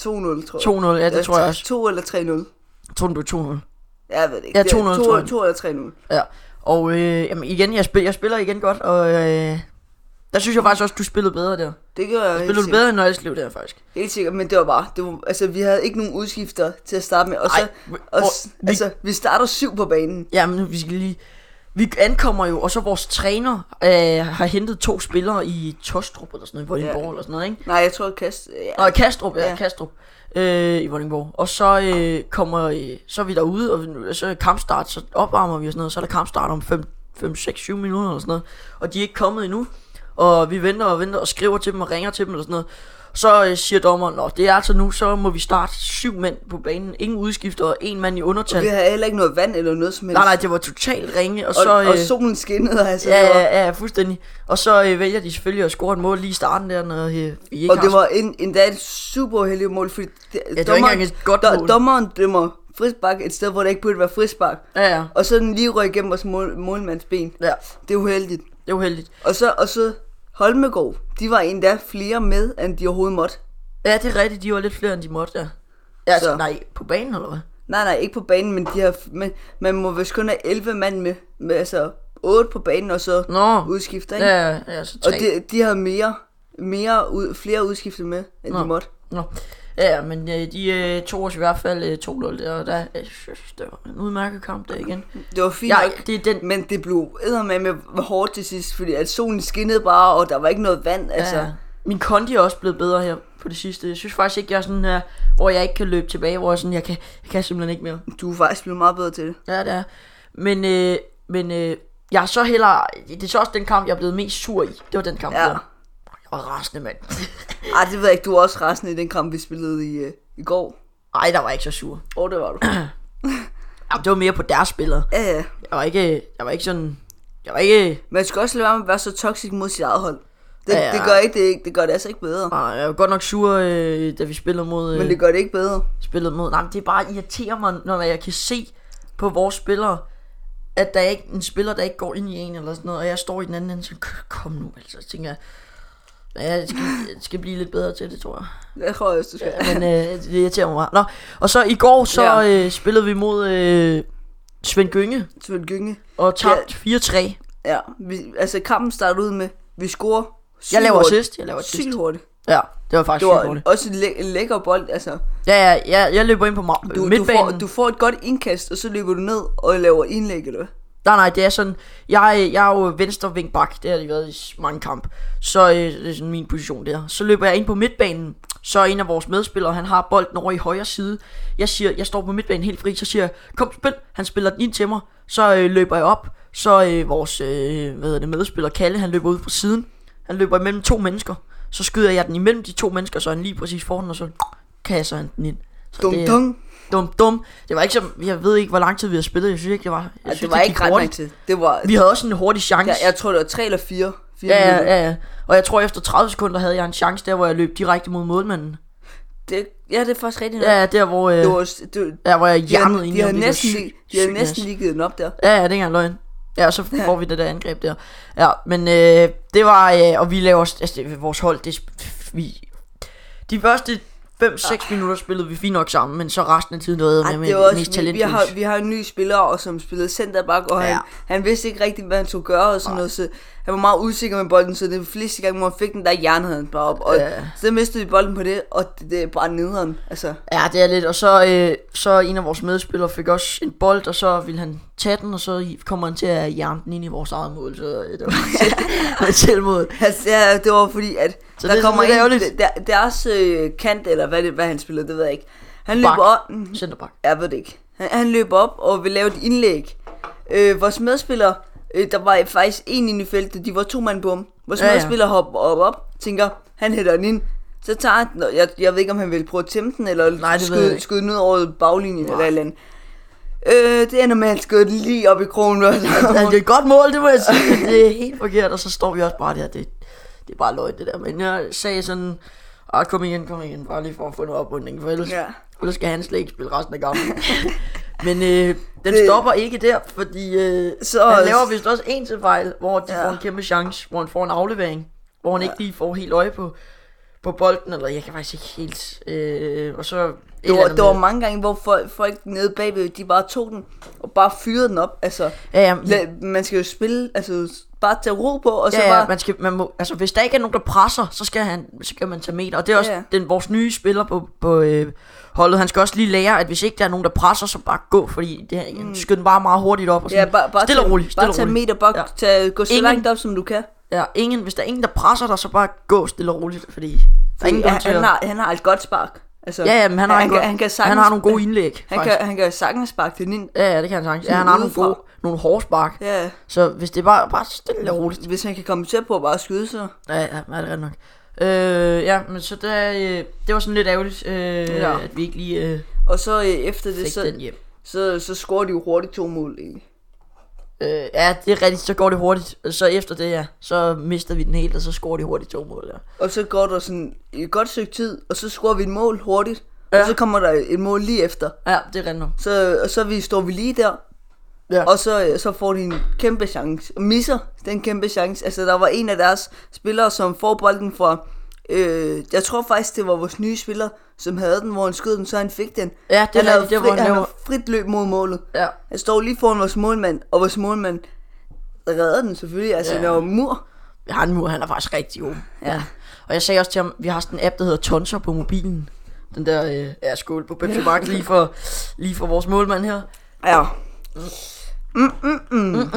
B: 2-0, tror jeg.
A: 2-0. Ja, det tror jeg også.
B: 2 eller 3-0.
A: Tror du, det blev 2-0?
B: Jeg ved det ikke.
A: Ja,
B: Det er
A: 2-0,
B: to-
A: tror jeg.
B: 2 eller 3-0.
A: Ja. Og øh, jamen, igen, jeg, spil, jeg spiller igen godt, og... Øh, der synes jeg faktisk også, du spillede bedre der.
B: Det gør jeg helt
A: Spillede du
B: sikkert.
A: bedre end Nøjeslev der, faktisk.
B: Helt sikkert, men det var bare, det var, altså vi havde ikke nogen udskifter til at starte med, og så,
A: Ej,
B: og,
A: hvor-
B: s-
A: vi-
B: altså vi starter syv på banen.
A: Jamen, vi skal lige... Vi ankommer jo, og så vores træner øh, har hentet to spillere i Tostrup eller sådan noget, i Vordingborg
B: Ja.
A: eller sådan noget, ikke?
B: Nej, jeg tror, Kast, ja,
A: Nå, i Kastrup, ja,
B: Ja.
A: ja. Kastrup. Øh, I Vordingborg. Og så øh, kommer, øh, så er vi derude, og vi- så er kampstart, så opvarmer vi og sådan noget, så er der kampstart om 5, 5 6, 7 minutter eller sådan noget. Og de er ikke kommet endnu, og vi venter og venter og skriver til dem og ringer til dem eller sådan noget. Så øh, siger dommeren, at det er altså nu, så må vi starte syv mænd på banen. Ingen udskifter og en mand i undertal.
B: vi havde heller ikke noget vand eller noget som helst.
A: Nej, nej, det var totalt ringe. Og,
B: og,
A: så, øh,
B: og, og solen skinnede, altså.
A: Ja,
B: det var,
A: ja, ja, fuldstændig. Og så øh, vælger de selvfølgelig at score et mål lige i starten der, når øh, vi ikke
B: og
A: har
B: det var en, endda et super heldigt mål, fordi det, ja,
A: det var ikke engang et godt mål.
B: dommeren dømmer frisbak et sted, hvor der ikke burde være frisbak.
A: Ja, ja.
B: Og så den lige røg igennem vores mål, målmands ben.
A: Ja,
B: Det er uheldigt.
A: det var heldigt.
B: Og så, og så Holmegård, de var endda flere med, end de overhovedet måtte.
A: Ja, det er rigtigt, de var lidt flere, end de måtte, ja. Ja, altså,
B: Så.
A: nej, på banen, eller hvad?
B: Nej, nej, ikke på banen, men de har, men, man må vist kun have 11 mand med, med altså 8 på banen, og så
A: Nå.
B: udskifter, ikke?
A: Ja, ja, ja, så
B: og
A: tre.
B: de, de havde mere, mere ud, flere udskifter med, end Nå. de måtte.
A: Nå. Ja, ja, men øh, de øh, tog os i hvert fald øh, 2-0 der, og der, jeg synes, det var en udmærket kamp der igen.
B: Det var fint
A: Ja,
B: nok,
A: det er den,
B: men det blev med med hårdt til sidst, fordi at solen skinnede bare, og der var ikke noget vand, altså.
A: altså, ja. min kondi er også blevet bedre her på det sidste. Jeg synes faktisk ikke, jeg er sådan her, hvor jeg ikke kan løbe tilbage, hvor jeg sådan, jeg kan, jeg kan simpelthen ikke mere.
B: Du er faktisk blevet meget bedre til det.
A: Ja, det er. Men, øh, men øh, jeg er så heller... Det er så også den kamp, jeg er blevet mest sur i. Det var den kamp,
B: Ja.
A: ja. der. Jeg var rasende, mand.
B: Ej, det ved jeg ikke, du var også resten i den kamp, vi spillede i, øh, i går.
A: Ej, der var jeg ikke så sur.
B: Åh, oh, det var du.
A: Jamen, det var mere på deres spillere.
B: Ja, ja.
A: Jeg var ikke, jeg var ikke sådan... Jeg var ikke...
B: Man skal også lade være med at være så toxic mod sit eget hold. Det,
A: Ja, ja.
B: det, gør, ikke, det, ikke, det gør det altså ikke bedre.
A: Nej, ah, jeg var godt nok sur, øh, da vi spillede mod... Øh,
B: Men det gør det ikke bedre.
A: spillede mod... Nej, men det er bare irriterer mig, når jeg kan se på vores spillere, at der er ikke en spiller, der ikke går ind i en eller sådan noget, og jeg står i den anden ende, så "K- kom nu, altså, så tænker jeg, ja, jeg skal, jeg skal blive lidt bedre til det, tror jeg.
B: Jeg tror også, du skal.
A: Ja, men øh, det irriterer mig meget. Nå, og så i går, så
B: Ja.
A: ja. øh, spillede vi mod øh, Svend Gynge,
B: Svend Gynge.
A: og tabte 4-3.
B: Ja, vi, altså kampen startede ud med, vi scorer
A: Jeg laver
B: sylhurtigt.
A: assist, jeg laver assist.
B: Sygt hurtigt.
A: Ja, det var faktisk
B: Det
A: sygt
B: var
A: dårligt.
B: også en, læ- en lækker bold, altså.
A: Ja, ja, ja, jeg løber ind på mar-
B: Du, du,
A: midtbanen.
B: får, du får et godt indkast, og så løber du ned og laver indlæg, eller hvad?
A: Nej, nej, det er sådan, jeg, jeg er jo venstre vingbak, det har det været i s- mange kamp, så øh, det er sådan min position der. Så løber jeg ind på midtbanen, så er en af vores medspillere, han har bolden over i højre side. Jeg siger, jeg står på midtbanen helt fri, så siger jeg, kom spil, han spiller den ind til mig, så øh, løber jeg op, så øh, vores øh, hvad hedder det, medspiller Kalle, han løber ud på siden, han løber imellem to mennesker, så skyder jeg den imellem de to mennesker, så er han lige præcis foran, og så kasser han den ind. Så
B: Dum,
A: det-
B: dum.
A: Dum, dum. Det var ikke så, jeg ved ikke, hvor lang tid vi har spillet. Jeg synes ikke, det var, jeg
B: Ja,
A: synes,
B: det var
A: gik
B: ikke ret
A: hurtigt.
B: lang tid. Det var,
A: Vi havde også en hurtig chance.
B: jeg, jeg tror, det var tre eller fire. fire
A: ja, ja,
B: minutter.
A: ja, ja. Og jeg tror, efter 30 sekunder havde jeg en chance der, hvor jeg løb direkte mod målmanden.
B: Det, ja, det er faktisk rigtigt. nok.
A: Ja, der hvor, øh,
B: Det var, også- det, var-
A: der, hvor jeg
B: de,
A: hjernede
B: havde,
A: ind
B: de
A: i ham.
B: havde
A: Det var
B: næsten,
A: sygt,
B: lige, de havde
A: sygt
B: næsten
A: nas.
B: lige givet den op der.
A: Ja, ja, det er ikke engang løgn. Ja, og så får vi det der angreb der. Ja, men øh, det var, øh, og vi laver, også- altså det- vores hold, det, sp- vi, de første 5-6 minutter spillede vi fint nok sammen, men så resten af tiden noget
B: Ah. Ej,
A: med,
B: det er
A: med
B: også,
A: mest
B: vi, vi,
A: talentløs.
B: har, vi har en ny spiller, og som spillede centerback, og ja. han,
A: Ja.
B: han vidste ikke rigtigt, hvad han skulle gøre, og sådan noget, så han var meget usikker med bolden, så det fleste gange, hvor han fik den, der hjernede han bare op, og
A: Ja.
B: så mistede vi bolden på det, og det, det er bare nederen, altså.
A: Ja, det er lidt. Og så, øh, så en af vores medspillere fik også en bold, og så ville han tage den, og så i- kommer han til at jerne den ind i vores eget mål. Så øh, det var selv, selvmål.
B: Altså, ja, det var fordi, at
A: Så
B: der
A: det er
B: kommer
A: sådan lidt
B: en,
A: ærgerligt.
B: der, deres øh, kant, eller hvad, det, hvad han spiller, det ved jeg ikke. Han løber
A: Bak.
B: op,
A: Centerback.
B: jeg ved det ikke, han, han løber op og vil lave et indlæg. Øh, vores medspiller, øh, der var faktisk en inde i feltet, de var to mand på ham. Vores
A: Ja,
B: ja,
A: ja.
B: medspiller hopper op, op, tænker, han hætter den ind. Så tager han, den, og jeg, jeg ved ikke, om han vil prøve at tæmme den, eller
A: Nej, det ved jeg
B: skyde,
A: ikke.
B: skyde den ud over baglinjen,
A: Nej.
B: eller et eller andet. Øh, det ender med, at han skyder den lige op i krogen. og så-
A: Altså, det er et godt mål, det må jeg sige, men det er helt forkert, og så står vi også bare der. Det, det er bare løgn, det der. Men jeg sagde sådan, ah, kom igen, kom igen, bare lige for at få noget opbundning, for ellers,
B: Ja.
A: ja. ellers skal han slet ikke spille resten af kampen. men øh, den
B: Det-
A: stopper ikke der, fordi øh,
B: Så-
A: så, han laver vist også en til fejl, hvor de
B: Ja.
A: ja. får en kæmpe chance, hvor han får en aflevering, hvor han ja. ikke lige får helt øje på, på bolden, eller jeg kan faktisk ikke helt, øh, og så... et
B: Det
A: eller
B: var,
A: andet
B: der var
A: med-
B: mange gange, hvor folk, folk nede bagved, de bare tog den og bare fyrede den op. Altså,
A: ja, ja, men-
B: la, man skal jo spille, altså bare tage ro på, og så
A: Ja, ja,
B: bare...
A: man skal, man må, altså hvis der ikke er nogen, der presser, så skal, han, så skal man tage meter. Og det er også
B: Ja.
A: ja. den, vores nye spiller på, på øh, holdet. Han skal også lige lære, at hvis ikke der er nogen, der presser, så bare gå. Fordi det, han skyder den bare meget hurtigt op. Og sådan,
B: Mm. ja, bare, bare
A: stille og
B: tage,
A: roligt. Stille
B: bare tage
A: og roligt.
B: meter, bare ja.
A: Ja.
B: tage, gå så
A: Ingen-
B: langt op, som du kan.
A: Ja, ingen, hvis der er ingen, der presser dig, så bare gå stille og roligt. Fordi der er
B: Fordi
A: ingen
B: han,
A: grund til
B: han,
A: at...
B: har, han har et godt spark. Altså,
A: Ja, ja, men han har,
B: han,
A: en god,
B: kan, han, kan sagtens,
A: han har nogle gode indlæg,
B: han
A: faktisk.
B: kan, han kan sagtens sparke den ind.
A: Ja, ja, det kan han sagtens. Ja, han har nogle
B: udefra.
A: gode, nogle hårde spark. Ja.
B: Ja,
A: Så hvis det er bare, bare stille og roligt.
B: hvis han kan komme tæt på at bare skyde, så...
A: Ja, ja, er det er nok. Øh, ja, men så der, øh, det var sådan lidt ærgerligt, øh,
B: Ja.
A: ja. at vi ikke lige øh,
B: Og så øh, efter det,
A: fik den
B: så,
A: hjem.
B: så, så scorer de jo hurtigt to mål. Ikke?
A: Øh, ja, det er rigtigt, så går det hurtigt. Så efter det, ja, så mister vi den helt, og så scorer de hurtigt to mål, ja.
B: Og så går der sådan et godt stykke tid, og så scorer vi et mål hurtigt. Ja.
A: Ja.
B: Og så kommer der et mål lige efter.
A: Ja, det er rigtigt.
B: Så, og så vi, står vi lige der,
A: Ja.
B: og så, øh, så får de en kæmpe chance. Og misser den kæmpe chance. Altså, der var en af deres spillere, som får bolden fra... Øh, jeg tror faktisk, det var vores nye spiller, som havde den, hvor han skød den, så han fik den.
A: Ja, det er
B: han havde
A: rigtigt, det
B: fri,
A: var en
B: han havde
A: laver.
B: frit løb mod målet.
A: Ja.
B: Han står lige foran vores målmand, og vores målmand redder den selvfølgelig. Altså,
A: Ja.
B: ja. den var mur.
A: Jeg har en mur, han er faktisk rigtig god. Ja. Og jeg sagde også til ham, vi har sådan en app, der hedder Tonser på mobilen. Den der, øh, ja, skål på Pepsi Max lige for, lige for vores målmand her.
B: Ja. Mm,
A: Mm.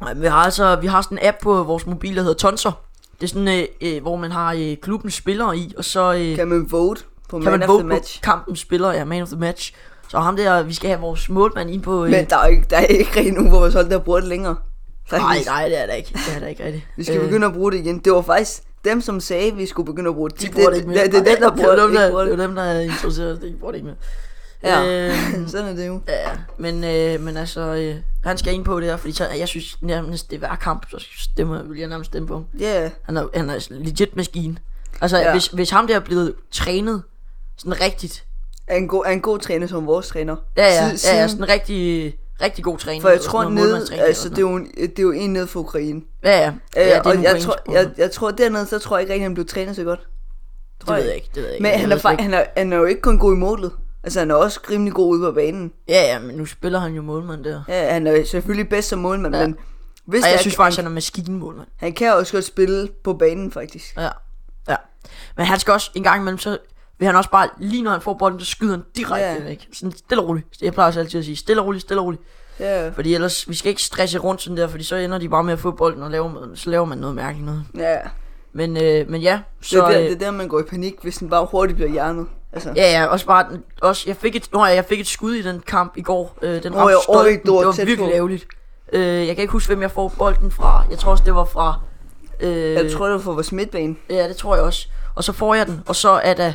A: Nej, men vi har altså, vi har sådan en app på vores mobil, der hedder Tonser. Det er sådan, øh, øh, hvor man har øh, klubbens spillere i, og så... Øh,
B: Kan man vote på man,
A: kan man
B: of the
A: vote på
B: match?
A: kampens spiller, ja, man of the match. Så ham der, vi skal have vores målmand ind på... Øh,
B: Men der er ikke, der er ikke rigtig nogen på vores hold, der bruger det længere.
A: nej,
B: Faktisk.
A: nej, det er der ikke. Det er der ikke rigtigt.
B: Vi skal øh. begynde at bruge det igen. Det var faktisk dem, som sagde, at vi skulle begynde at bruge det.
A: de bruger det, ikke mere.
B: Det, det, det, er dem,
A: Nej,
B: der bruger
A: det.
B: det.
A: var dem,
B: Ikke
A: der-
B: bruger
A: Det
B: det.
A: var dem, der introducerede det. De bruger det ikke mere.
B: Ja.
A: Øhm,
B: Sådan er det jo.
A: ja, men, øh, men altså, øh, han skal ind på det her, fordi så, jeg synes nærmest, det er hver kamp, så stemmer, vil jeg nærmest stemme på ham.
B: Ja, yeah.
A: Han er, han er sådan en legit maskine. Altså,
B: Ja.
A: ja. hvis, hvis ham der er blevet trænet sådan rigtigt,
B: er en god, er en god træner som vores træner.
A: ja, ja,
B: Siden-
A: ja, ja
B: siden-
A: sådan rigtig, rigtig god træning.
B: For jeg
A: eller
B: tror
A: sådan noget
B: ned,
A: målmandstræning
B: altså
A: eller
B: det er, jo en, det er jo en ned for Ukraine.
A: sådan noget. Ja, ja. ja,
B: Øh,
A: det er
B: og
A: nogle
B: jeg
A: point.
B: tror, jeg, jeg tror dernede, så tror jeg ikke rigtig, han blev trænet så godt.
A: det
B: tror
A: ved
B: jeg
A: jeg ikke, det ved jeg ikke.
B: Men
A: Jeg
B: han
A: ved
B: er,
A: det
B: fa-
A: ikke.
B: han, er, han er jo ikke kun god i målet. Altså han er også rimelig god ude på banen.
A: Ja, ja, men nu spiller han jo målmand der.
B: Ja, han er selvfølgelig bedst som målmand,
A: Ja.
B: ja. men hvis
A: Og jeg
B: det er,
A: synes faktisk, han er maskinmålmand.
B: han kan også godt spille på banen faktisk.
A: Ja, ja. Men han skal også en gang imellem, så vil han også bare, lige når han får bolden, så skyder han direkte ja.
B: Ja.
A: væk. Sådan stille og roligt. Jeg plejer også altid at sige, stille og roligt, stille og roligt.
B: Ja,
A: Fordi ellers, vi skal ikke stresse rundt sådan der, fordi så ender de bare med at få bolden, og laver, så laver man noget mærkeligt noget.
B: ja.
A: Men, øh, men ja,
B: Så, det,
A: så...
B: er der,
A: øh,
B: det er der, man går i panik, hvis den bare hurtigt bliver hjernet. Altså.
A: Ja, ja, også bare, den- også, jeg, fik et, nå, ja, jeg fik et skud i den kamp i går. Øh, den
B: Nå,
A: ramte
B: ja,
A: stolpen.
B: øj, det var
A: det var
B: tæt
A: virkelig
B: på.
A: ærgerligt. Øh, jeg kan ikke huske, hvem jeg får bolden fra. Jeg tror også, det var fra... Øh,
B: Jeg tror, det var for vores midtbane.
A: Ja, det tror jeg også. Og så får jeg den, og så er der...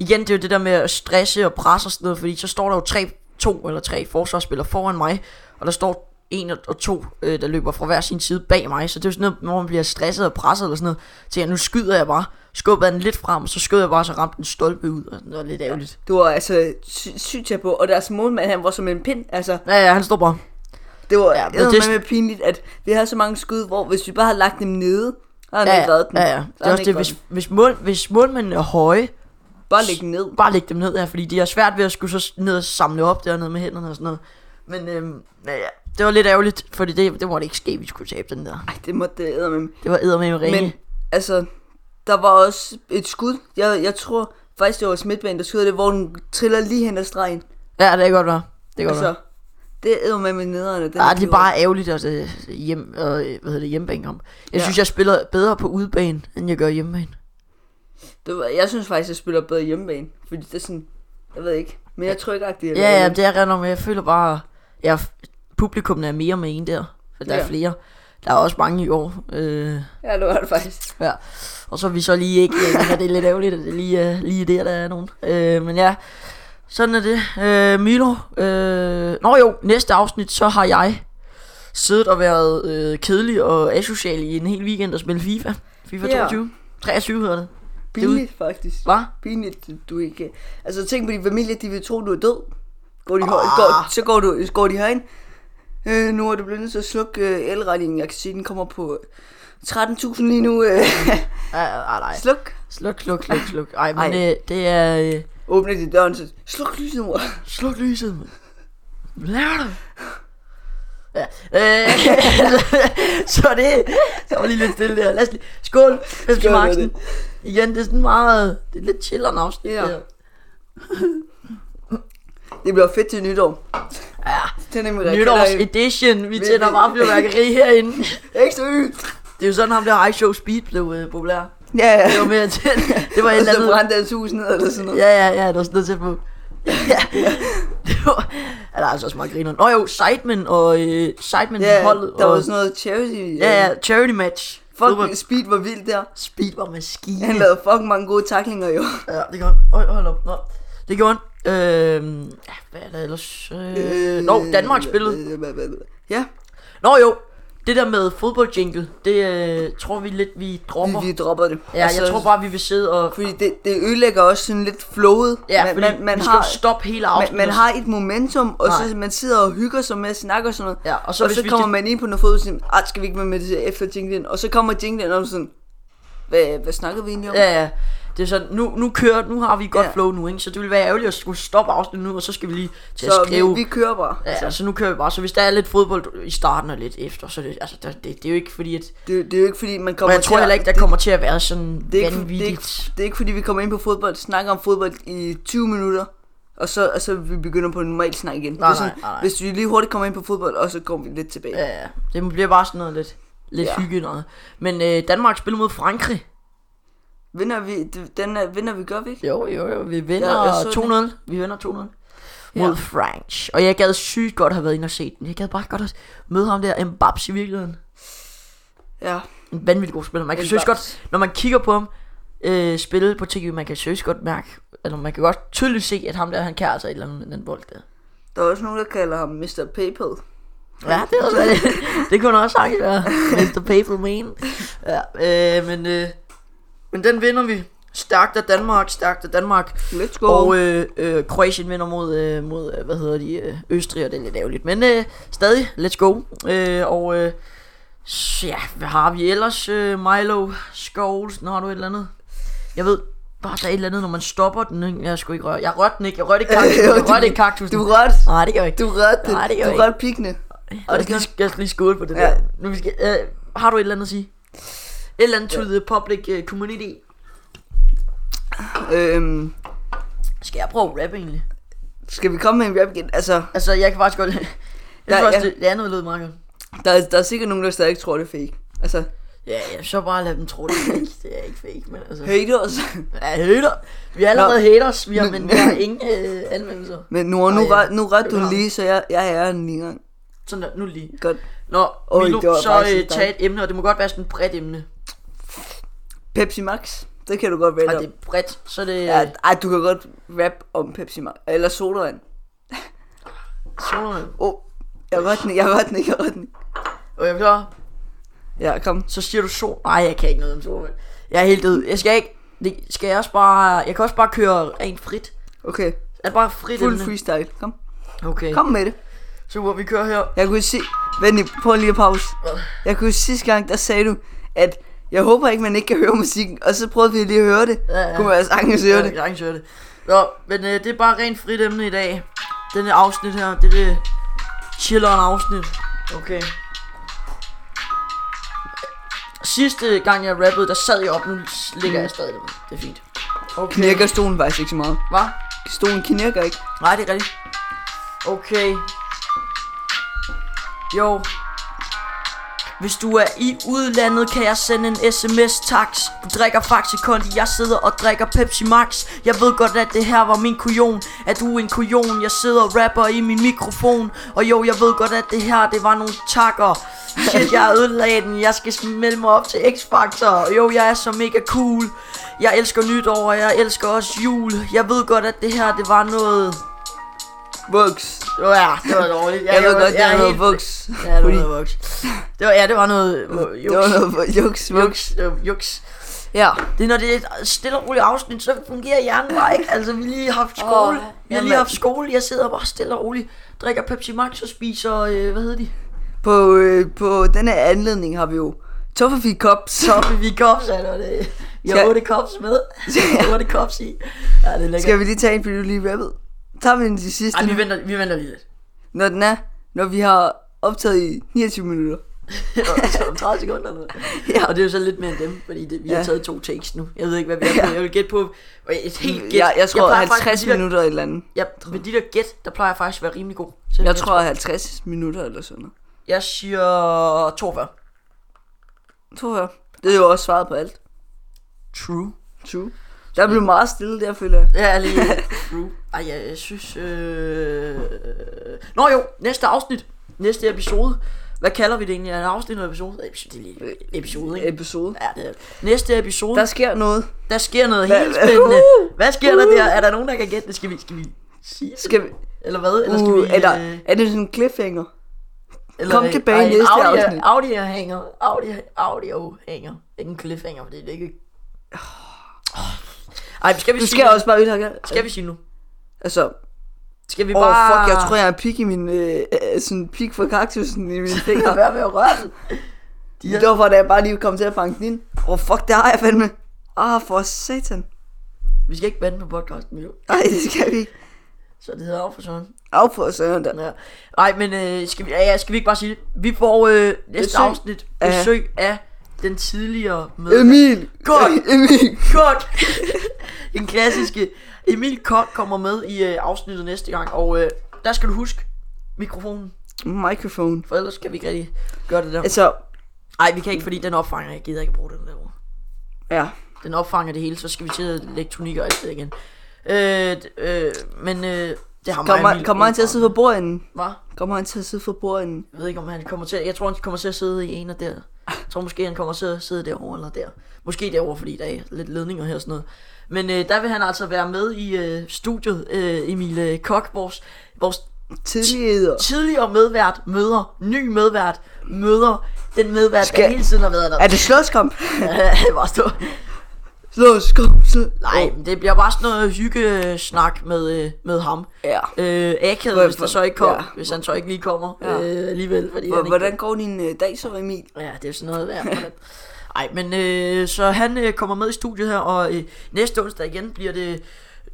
A: Igen, det er jo det der med at stresse og presse og sådan noget, fordi så står der jo tre, to eller tre forsvarsspillere foran mig, og der står en og- og to, øh, der løber fra hver sin side bag mig, så det er jo sådan noget, hvor man bliver stresset og presset eller sådan noget, til at nu skyder jeg bare, skubber den lidt frem, og så skød jeg bare, så ramte den stolpe ud, og det var lidt ærgerligt.
B: Det var altså sy- sygt tæt på, og deres målmand, han var som en pind. Altså,
A: Ja, ja, han står bare.
B: det var
A: Ja,
B: ja,
A: men
B: det
A: det-
B: med pinligt, at vi havde så mange skud, hvor hvis vi bare havde lagt dem nede, så havde
A: Ja,
B: han
A: ja,
B: ikke reddet den.
A: ja, ja.
B: Så
A: Det er
B: havde han
A: også
B: ikke
A: det,
B: reddet
A: hvis, hvis, mål, hvis målmændene er høje,
B: den. Bare lægge den ned.
A: bare lægge dem ned her, fordi de har svært ved at skulle så ned og samle op dernede med hænderne og sådan noget. Men øhm, ja, ja, det var lidt ærgerligt, fordi det, det måtte ikke ske, at vi skulle tabe den der.
B: Ej, det måtte det med.
A: Det var eddermame ringe.
B: Men altså, der var også et skud. Jeg, jeg tror faktisk, det var vores midtbane, der skyder det, hvor den triller lige hen ad stregen.
A: ja, det kan godt være. Det kan godt
B: Altså,
A: være.
B: det er med med nederne. Den
A: Ja, det er
B: flyver.
A: bare ærgerligt at øh, hjem, og, øh, hvad hedder det, hjemmebanekamp. Jeg
B: Ja.
A: synes, jeg spiller bedre på udebane, end jeg gør hjemmebane.
B: Det var, jeg synes faktisk, jeg spiller bedre hjemmebane. Fordi det er sådan, jeg ved ikke. Men jeg tror ikke, at det er
A: Ja, ja, det er rent med. Jeg føler bare, ja, publikum er mere med en der. For der er
B: Ja.
A: flere. Der er også mange i år. Øh,
B: ja, det var det faktisk.
A: Ja, og så er vi så lige ikke, ja, det er lidt ærgerligt, at det lige, uh, lige der, der er nogen. Øh, men ja, sådan er det. Øh, Milo, øh, nå jo, næste afsnit, så har jeg siddet og været øh, kedelig og asocial i en hel weekend og spillet FIFA. FIFA
B: Ja.
A: 22. 23 hedder det. Det er ud-
B: Pinligt, faktisk.
A: Hva?
B: Pinligt, du- du ikke... Altså, tænk på din familie, de vil tro, du er død. Går de
A: Ah.
B: høj, går, så går, du, går de herind. Øh, nu er du blevet nødt til at slukke øh, elregningen. Jeg kan se, den kommer på 13.000 lige nu. Øh.
A: Ah, ah, nej.
B: Sluk.
A: Sluk, sluk, sluk, sluk. Ej, men
B: Ej.
A: Øh, det er... Øh,
B: Åbner de døren, så sluk lyset, mor.
A: Sluk lyset, mand. Hvad laver du? Ja. Øh, så det, så var lige lidt stille der. Lad os lige, skål, Pepsi
B: Skål,
A: Maxen. Igen, det er sådan meget, det er lidt chilleren afsnit.
B: Ja.
A: Ja. Der.
B: Det bliver fedt til nytår.
A: Ja,
B: Tænder I med
A: nytårs
B: raketter i.
A: edition, vi
B: Vi-
A: tænder
B: vi-
A: bare fyrværkeri herinde.
B: Ekstra yt.
A: Det er jo sådan, ham der high show speed blev øh, populær.
B: Ja, ja.
A: Det var mere tænd. Det var et
B: Og
A: eller
B: så
A: andet.
B: brændte hans hus ned, eller sådan noget.
A: Ja, ja, ja, der var sådan noget til på. ja, det var, ja, der er altså også meget griner. Nå jo, Sidemen og øh, Sidemen
B: Ja,
A: holdet.
B: der
A: og,
B: var sådan noget charity.
A: Ja, ja, charity match.
B: Fuck, Speed var vild der.
A: Speed var maskine.
B: Han lavede fucking mange gode taklinger jo.
A: Ja, det gjorde han. Øj, hold op. Nå. Det gjorde han. Øhm, ja, hvad er der ellers? Øh, Nå, Danmark spillede.
B: Øh, hvad- hvad- hvad- Ja,
A: Nå jo, det der med fodboldjingle, det øh, tror vi lidt, vi dropper.
B: vi, vi dropper det. Altså,
A: Ja, jeg tror bare, vi vil sidde og...
B: Fordi det, det ødelægger også sådan lidt flowet.
A: Ja,
B: man,
A: fordi
B: man, man,
A: vi skal jo
B: har,
A: stoppe hele
B: man,
A: afsnittet.
B: man har et momentum, og
A: Nej.
B: så man sidder og hygger sig med at snakke og sådan noget.
A: Ja, og så
B: og
A: hvis
B: så
A: vi
B: kommer
A: skal-
B: man ind på noget fodbold og siger, "Ah, skal vi ikke være med til efter jinglen? Og så kommer jinglen og sådan, hvad, hvad snakker vi egentlig om?
A: Ja, ja. Det er sådan, nu, nu kører, nu har vi et godt
B: Ja.
A: flow nu, ikke? Så det ville være ærgerligt at skulle stoppe afsnittet nu, og så skal vi lige til at
B: så
A: skrive.
B: vi, vi kører bare. Altså,
A: Ja, så. så nu kører vi bare. Så hvis der er lidt fodbold i starten og lidt efter, så er det, altså, der, det, det er jo ikke fordi, at...
B: Det, det er jo ikke fordi, man
A: Og
B: kommer
A: jeg tror
B: til
A: heller
B: at,
A: ikke, der kommer til at være sådan
B: det er, ikke, det, er ikke,
A: vanvittigt.
B: det er ikke fordi, vi kommer ind på fodbold, snakker om fodbold i 20 minutter, og så, og så vi begynder på en normal snak igen.
A: Nej,
B: det er sådan,
A: nej, nej, nej.
B: Hvis vi lige hurtigt kommer ind på fodbold, og så går vi lidt tilbage. Ja.
A: Ja, ja. øh, Det bliver bare sådan noget lidt, lidt ja.
B: Ja.
A: hygge noget. Men øh, Danmark spiller mod Frankrig.
B: Vinder vi, det- den er, vinder vi, gør vi ikke?
A: Jo, jo, jo. Vi
B: Ja, jeg
A: vinder
B: så det.
A: 2-0. Vi vinder 2-0 mod ja. French. Og jeg gad sygt godt have været inde og set den. Jeg gad bare godt at møde ham der, Mbappé i virkeligheden.
B: Ja.
A: En vanvittig god spiller. Man kan søge
B: Mbappé.
A: godt, når man kigger på ham øh, spille på TV, man kan søge godt mærke, eller man kan godt tydeligt se, at ham der, han kan altså et eller andet med den bold der.
B: Der er også nogen, der kalder ham Mr. PayPal.
A: Ja, det, er også, det, det kunne også sagtens være. Mr. Paper Man. Ja, øh, men, øh, men den vinder vi. Stærkt af Danmark, stærkt af Danmark.
B: Let's go.
A: Og øh, øh, Kroatien vinder mod, øh, mod øh, hvad hedder de, øh, Østrig, og det er lidt ærgerligt. Men øh, stadig, let's go. Øh, og øh, så ja, hvad har vi ellers? Øh, Milo, Scholes, nu har du et eller andet. Jeg ved, bare der er et eller andet, når man stopper den. ikke? Jeg skulle ikke røre. Jeg rørte den ikke. Jeg rørte ikke kaktusen.
B: Jo,
A: Jeg
B: du-
A: rørte ikke kaktusen.
B: du rørte.
A: Nej, det gør jeg ikke.
B: Du rørte det.
A: Nej, det gør
B: Du
A: jeg
B: rørte pikkene.
A: Og jeg skal, lige, jeg skal lige skåle på det
B: Ja.
A: ja. der. Nu vi skal, øh, har du et eller andet at sige? Et eller andet to the public øh, community.
B: Øhm,
A: Skal jeg prøve at rappe egentlig?
B: skal vi komme med en rap igen? Altså,
A: Altså, jeg kan faktisk godt... jeg
B: Der-
A: tror også,
B: ja.
A: det, det andet lød meget godt.
B: der er, der er sikkert nogen, der stadig tror, det er fake. Altså,
A: Ja, ja, så bare lad dem tro, det er ikke, det er ikke fake, men altså...
B: haters.
A: Ja, hater. Vi er allerede
B: Nå.
A: haters, vi har,
B: Men-
A: men vi har ingen øh, anmeldelser.
B: Men nu, nu,
A: Ej, ja.
B: rør, nu rørte du
A: Det var-
B: lige, så jeg, jeg er en lige gang.
A: Sådan der, nu lige.
B: Godt.
A: Nå,
B: Oj,
A: Milo,
B: det var
A: så
B: faktisk
A: øh,
B: lidt
A: tag et emne, og det må godt være sådan et bredt emne.
B: Pepsi Max, det kan du godt
A: Og
B: rap
A: det
B: om.
A: er bredt, så er det...
B: Ja, ej, du kan godt rap om Pepsi Max. Eller sodavand.
A: Solerne.
B: Åh, oh, jeg rørte den, ikke, jeg rørte den, ikke, jeg rørte den. ikke.
A: Og jeg er klar.
B: Ja, kom.
A: Så siger du sol. Nej, jeg kan ikke noget om solvand. Jeg er helt død. Jeg skal ikke... Det skal jeg også bare... Jeg kan også bare køre rent frit.
B: Okay,
A: Er det bare frit
B: fuld
A: emne?
B: freestyle. Kom.
A: Okay.
B: Kom med det.
A: Så hvor vi kører her.
B: Jeg kunne se... Vent lige, prøv lige at pause. Jeg kunne sidste gang, der sagde du, at jeg håber ikke, man ikke kan høre musikken. Og så prøvede vi lige at høre det.
A: Ja, ja.
B: Kunne man altså sagtens høre det.
A: Jeg kan det. Nå, men øh, det er bare rent frit emne i dag. Denne afsnit her, det er det chilleren afsnit. Okay. Sidste gang jeg rappede, der sad jeg op, nu ligger jeg stadig. Det er fint. Okay.
B: Knirker stolen faktisk ikke så meget.
A: Hvad?
B: Stolen knirker ikke.
A: Nej, det er rigtigt. Okay. Jo. Hvis du er i udlandet, kan jeg sende en sms, tax Du drikker faktisk kondi, jeg sidder og drikker Pepsi Max Jeg ved godt, at det her var min kujon Er du en kujon? Jeg sidder og rapper i min mikrofon Og jo, jeg ved godt, at det her, det var nogle takker Shit, jeg ødelagde den, jeg skal smelde mig op til X-Factor Jo, jeg er så mega cool Jeg elsker nytår, og jeg elsker også jul Jeg ved godt, at det her, det var noget
B: Buks.
A: Ja, det var dårligt.
B: Jeg ved godt, det
A: jeg
B: er noget
A: helt-
B: buks.
A: Ja, det var
B: Fordi-
A: noget voks. Det var, ja, det var noget øh,
B: Det var
A: juks.
B: noget bu- juks, juks.
A: Juks, det var juks.
B: Ja.
A: Det er når det er et stille og roligt afsnit, så fungerer hjernen bare ikke. Altså, vi har lige haft skole.
B: Åh,
A: vi har
B: jamen. øh,
A: lige haft skole. Jeg sidder bare stille og roligt, drikker Pepsi Max og spiser, øh, hvad hedder de?
B: På, øh, på denne anledning har vi jo Toffee Cups.
A: Toppe, vi kops, eller det. Vi har
B: Skal-
A: otte kops med. Otte kops i. Ja, det er lækkert.
B: Skal vi lige tage en, fordi du lige rappede? Tager vi den til sidste,
A: Ej, vi venter, vi venter lige lidt.
B: når den er, når vi har optaget i 29 minutter.
A: Så om 30 sekunder eller noget. Ja. Og det er jo så lidt mere end dem, fordi det, vi har
B: Ja.
A: taget to takes nu. Jeg ved ikke, hvad vi har på. Jeg vil gætte på et helt gæt.
B: Jeg, jeg tror
A: plejer
B: 50
A: faktisk med de der-
B: minutter eller andet.
A: Ja, med de der gæt, der plejer jeg faktisk at være rimelig god. Så
B: Jeg tror 50 minutter eller sådan noget.
A: Jeg siger 42.
B: Tror jeg. Det er jo også svaret på alt.
A: True.
B: True. Der blev meget stille der, føler jeg.
A: Ja, lige true. Ej, jeg, jeg synes... Øh... Nå jo, næste afsnit. Næste episode. Hvad kalder vi det egentlig? Er det afsnit eller episode? Episode, det er lige episode, ikke?
B: Episode.
A: Ja, det er. det. Næste episode,
B: Der
A: der,
B: sker noget.
A: der sker noget
B: Hva-
A: helt
B: hva-
A: spændende.
B: Uh!
A: Hvad sker der der? Er der nogen, der kan gætte det? Skal vi, skal vi sige det?
B: Skal vi,
A: Eller hvad? Eller skal
B: uh,
A: vi...
B: eller
A: øh,
B: er det sådan en cliffhanger?
A: Eller,
B: Kom tilbage i næste
A: Audi,
B: afsnit.
A: Audi hænger. Audi, audio hænger. Ikke en cliffhanger, fordi det er ikke... Ej, men skal vi
B: Du
A: sige
B: skal
A: nu?
B: også bare yderligere.
A: Skal vi sige nu?
B: Altså,
A: Skal vi
B: Åh,
A: bare...
B: oh, fuck, jeg tror, jeg har en pik i min, øh, øh, sådan en pik fra kaktusen i mine fingre.
A: Lad være med at røre den.
B: ja. Det var for, da jeg bare lige kom til at fange den ind. Åh, oh, fuck, det har jeg fandme. Ah, for satan.
A: Vi skal ikke bande på podcasten nu,
B: Nej, det skal vi ikke.
A: så det hedder af for sådan.
B: Af for søren der.
A: Ja. Ej, men øh, skal, vi, ja, ja, skal vi ikke bare sige det? Vi får øh, næste
B: Besøg
A: afsnit
B: af- Øhm,
A: besøg af den tidligere med...
B: Emil!
A: Godt.
B: Emil!
A: Kok! Den klassiske Emil Kok kommer med i øh, afsnittet næste gang, og øh, der skal du huske mikrofonen,
B: Mikrofon.
A: for ellers kan vi ikke rigtig gøre det der.
B: Altså,
A: Nej, vi kan ikke, fordi den opfanger, jeg gider ikke at bruge den derovre.
B: ja.
A: Den opfanger det hele, så skal vi til at lægge tunikker et sted igen. Øh, d- øh, men øh, det har mig og
B: Kommer,
A: Emil
B: kommer han til at
A: udfordret.
B: sidde for bordenden?
A: Hvad?
B: Kommer han til at sidde for bordenden?
A: Jeg ved ikke, om han kommer til Jeg tror, han kommer til at sidde i en af der. Jeg tror måske, han kommer til at sidde derovre eller der. Måske derovre, fordi der er lidt ledninger her og sådan noget. Men øh, der vil han altså være med i øh, studiet, øh, Emil øh, Kok, vores, vores
B: Tidligere.
A: tidligere medvært møder, ny medvært møder den medvært, Skal...
B: Skal-
A: der hele tiden har været der.
B: Er det slåskamp?
A: Ja, det var stå.
B: Slå, skum, slå.
A: Nej, men det bliver bare sådan noget hyggesnak med, øh, med ham.
B: Ja.
A: Øh, akavet,
B: Hvor-
A: hvis, der så ikke kom,
B: ja.
A: hvis han så ikke lige kommer
B: Ja.
A: øh, alligevel. Fordi han
B: Hvor-
A: ikke
B: Hvordan går din øh, dag så, Emil?
A: Ja, det er sådan noget der. hvordan- Ej, men øh, så han øh, kommer med i studiet her, og øh, næste onsdag igen bliver det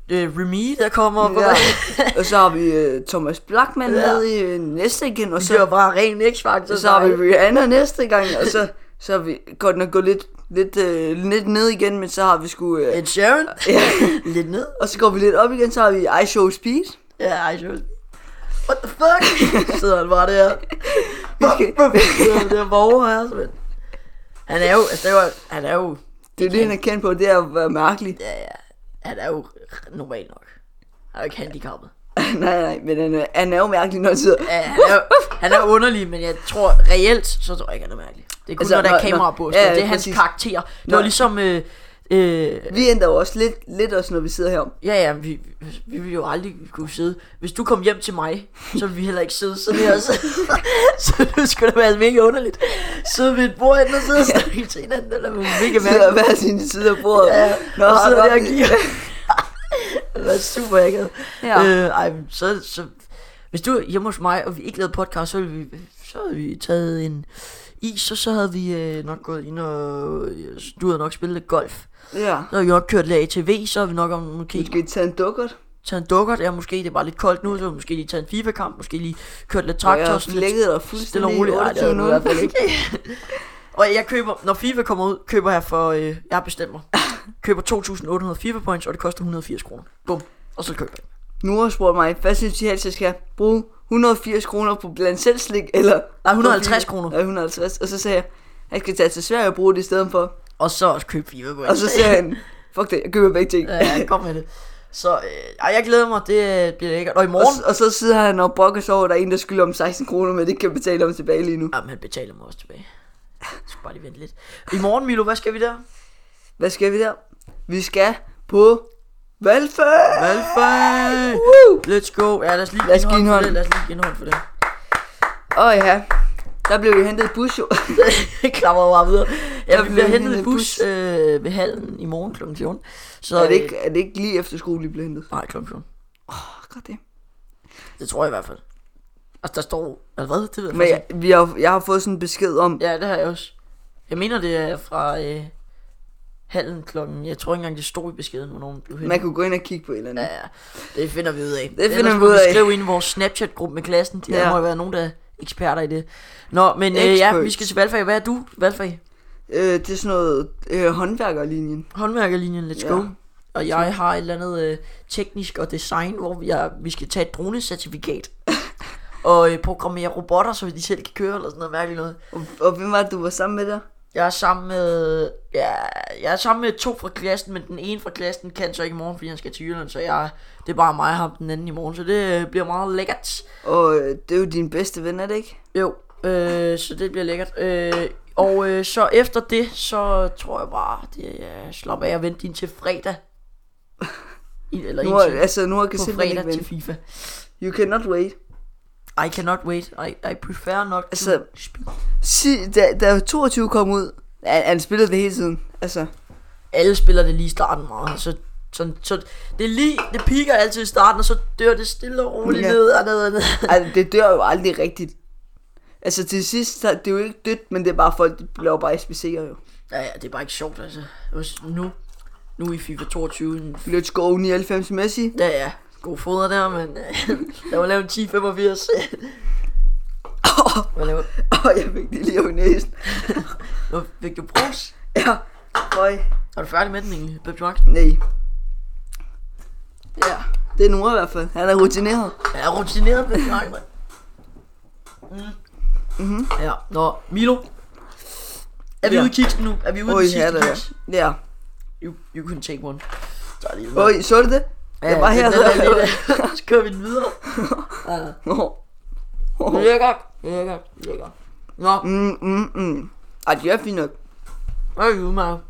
A: øh, Remy, der kommer op.
B: Ja.
A: Ja.
B: Og så har vi øh, Thomas Blackman
A: Ja.
B: med i øh, næste igen, og
A: Det
B: så,
A: bliver bare ren X-Factor.
B: så har vi Rihanna næste gang, og så, så er vi godt nok gået lidt, lidt, øh, lidt ned igen, men så har vi sgu... Øh,
A: En Sharon.
B: ja.
A: Lidt ned.
B: Og så går vi lidt op igen, så har vi I Show Speed.
A: Ja, ej, sjovt. What the fuck? sidder han bare der.
B: Vi skal,
A: Sidder han der borger her, men. Han er jo, altså det var, han er jo,
B: det er det, han er kendt på, det er at være mærkelig.
A: ja, ja, han er jo normal nok. Han er jo ikke handicappet.
B: nej, nej, men han, er- han er jo mærkelig, når han sidder...
A: Ja, han er, jo- han er underlig, men jeg tror reelt, så tror jeg ikke, han er mærkelig. Det er kun, altså,
B: Altså,
A: når der er
B: når-
A: kamera
B: når-
A: på.
B: ja,
A: Ja,
B: ja,
A: det er hans
B: præcis.
A: karakter. Det
B: Når-
A: var ligesom... Øh, øh,
B: Vi ændrer jo også lidt, lidt også, når vi sidder herom.
A: ja, ja, vi, vi- vi ville jo aldrig kunne sidde. Hvis du kom hjem til mig, så ville vi heller ikke sidde sådan her. Så, så det skulle da være mega underligt. Sidde ved et bord hen og sidde og snakke til hinanden. Det er mega
B: Sidder
A: mærkeligt.
B: hver sin side af bordet.
A: Ja,
B: Nå,
A: og sidder
B: nå.
A: der og kigger. det var super akavet.
B: Ja.
A: Øh, ej, men så, så, hvis du var hjemme hos mig, og vi ikke lavede podcast, så ville vi, så havde vi taget en is, og så havde vi øh, nok gået ind og... øh, Du havde nok spillet lidt golf.
B: Ja.
A: Så havde vi nok kørt lidt ATV, så havde vi nok om måske
B: Måske tage en dukkert.
A: taget en dukkert. Ja, måske det er bare lidt koldt nu, så havde vi måske lige taget en FIFA-kamp. Måske lige kørt lidt
B: Og jeg
A: traktor.
B: har
A: sådan lidt
B: flækket dig
A: stille
B: fuldstændig
A: og
B: i
A: roligt. Ej, det havde vi i hvert
B: 28.00.
A: fald ikke. Og jeg køber, når FIFA kommer ud, køber jeg for, øh, jeg bestemmer, køber 2.800 FIFA points, og det koster 180 kroner. Bum. Og så køber jeg.
B: Nu har spurgt mig, hvad synes I helst, jeg skal bruge 180 kroner på blandt selv slik, eller...
A: Nej, 150 kroner.
B: Nej, 150. Og så sagde jeg, jeg skal tage til Sverige og bruge det i stedet for.
A: Og så også købe FIFA points.
B: Og så sagde han, fuck det, jeg køber begge ting.
A: Ja, kom med det. Så øh, ej, jeg glæder mig, det øh, bliver lækkert. Og i
B: Og,
A: morgen...
B: s- og så sidder han og brokker sig over, at der er en, der skylder om 16 kroner, men det kan jeg betale om tilbage lige nu.
A: Jamen, han betaler mig også tilbage. Jeg skal bare lige vente lidt. I morgen, Milo, hvad skal vi der?
B: Hvad skal vi der? Vi skal på valgfag!
A: Valgfag!
B: Woo!
A: Let's go. Ja, lad os lige
B: Lad os give en
A: for
B: hånd.
A: det. Lad os lige give en hånd for det.
B: Åh ja, der blev vi hentet i bus jo.
A: Klammer bare videre. Ja, vi
B: blev
A: bliver
B: hentet
A: hentet i
B: en
A: bus øh, ved halen i morgen kl. 14. Så
B: er, det
A: øh,
B: ikke, er det ikke lige efter skole, de blev hentet?
A: Nej, kl. 14.
B: Åh, godt det.
A: Det tror jeg i hvert fald. Altså, der står... Altså, hvad? Det ved jeg
B: Men
A: faktisk
B: jeg, vi har, jeg har fået sådan en besked om,
A: ikke. Ja, det har jeg også. Jeg mener, det er fra øh, halen klokken... Jeg tror ikke engang, det stod i beskeden, hvornår den blev hentet.
B: man kunne gå ind og kigge på et eller andet.
A: Ja, ja. Det finder vi ud af.
B: finder
A: Ellers
B: vi
A: må
B: ud af.
A: skrive ind i vores Snapchat-gruppe med klassen. Der
B: Ja.
A: må jo være nogen, der er eksperter i det. Nå, men øh, ja,
B: Experts.
A: vi skal til valgfag. Hvad er du? Valgfag?
B: Øh, det er sådan noget øh, håndværkerlinjen.
A: Håndværkerlinjen, let's
B: Ja.
A: go. Og jeg har et eller andet øh, teknisk og design, hvor vi, er, vi skal tage et dronecertifikat. og øh, programmere robotter, så de selv kan køre, eller sådan noget mærkeligt noget.
B: Og, og hvem var det, du var sammen med der?
A: Jeg er sammen med, ja, jeg er sammen med to fra klassen, men den ene fra klassen kan så ikke i morgen, fordi han skal til Jylland, så jeg, det er bare mig og ham den anden i morgen, så det øh, bliver meget lækkert.
B: Og øh, det er jo din bedste ven, er det ikke?
A: Jo, øh, så det bliver lækkert. Øh, og øh, så efter det, så tror jeg bare, det er slap af og vente din til fredag. I, eller
B: Nu er,
A: indtil
B: altså, nu er jeg
A: på
B: simpelthen
A: fredag
B: ikke
A: til
B: vente.
A: FIFA.
B: You cannot wait.
A: I cannot wait. I, I prefer not altså, to
B: Altså-
A: speak.
B: Si, da, da 22 kom ud, han, han spillede det hele tiden. Altså,
A: Alle spiller det lige i starten meget. Så, så, så det er lige, det piker altid i starten, og så dør det stille og roligt
B: Ja.
A: ned og ned og ned.
B: altså, det dør jo aldrig rigtigt. Altså til sidst, så, det er jo ikke dødt, men det er bare folk, de bliver jo bare SBC'er jo.
A: Ja, ja, det er bare ikke sjovt, altså. Også Nu, nu i FIFA 22, en
B: Let's go 99 Messi.
A: Ja, ja. God foder der, men øh, lad mig lave en 1085. Hvad laver
B: Og jeg fik det lige over næsen.
A: du? Fik du brus?
B: Ja, Øj.
A: Er du færdig med den egentlig, Pepsi Max?
B: Nej. Ja, det er Nora i hvert fald. Han er rutineret.
A: Jeg er rutineret Pepsi Max, mand. Mm. Mm-hmm. Ja, nå, Milo. Er vi
B: Ja.
A: ude i kiksen nu? Er vi ude i
B: Oj,
A: den sidste
B: her
A: det,
B: der.
A: kiks?
B: Ja.
A: You, you can take one. Så er det lige
B: Oj, så du det? Ja, det var her.
A: Den, den, den, den. Så kører vi den videre. Ja. Lækker. Lækker. Lækker. Nå,
B: Mm, mm, mm. Ej, det er fint nok.
A: hvad er vi udmærket?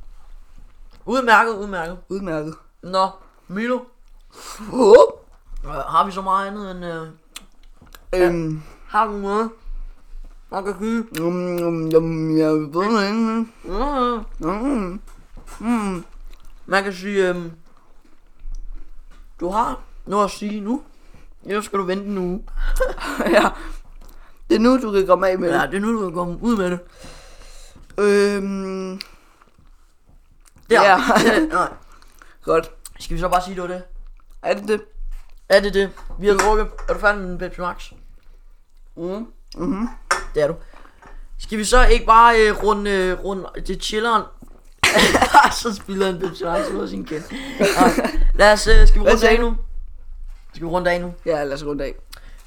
A: Udmærket, udmærket.
B: Udmærket.
A: Nå, Milo.
B: Oh.
A: Øh, har vi så meget andet end... Øh,
B: Øhm,
A: har du noget? Man kan sige...
B: mm, mm, mm, jeg ved det ikke.
A: Mm.
B: Mm. Mm.
A: Man kan sige, øhm, du har noget at sige nu. Ellers skal du vente en uge.
B: ja. Det er nu, du kan komme af med
A: Ja,
B: det.
A: det er nu, du kan komme ud med det.
B: Øhm,
A: Der.
B: Ja.
A: Nej.
B: godt.
A: Skal vi så bare sige, det var det?
B: Er det det?
A: Er det det? Vi har drukket. Er du færdig med din Pepsi Max? Mm-hmm.
B: Mm.
A: Det er du. Skal vi så ikke bare øh, runde, øh, runde det chilleren? så spiller han Pepsi Max ud af sin kæld. Nej. Lad os, øh, skal vi
B: Hvad
A: runde
B: sagde
A: af nu? Skal vi runde af nu?
B: Ja, lad os runde af.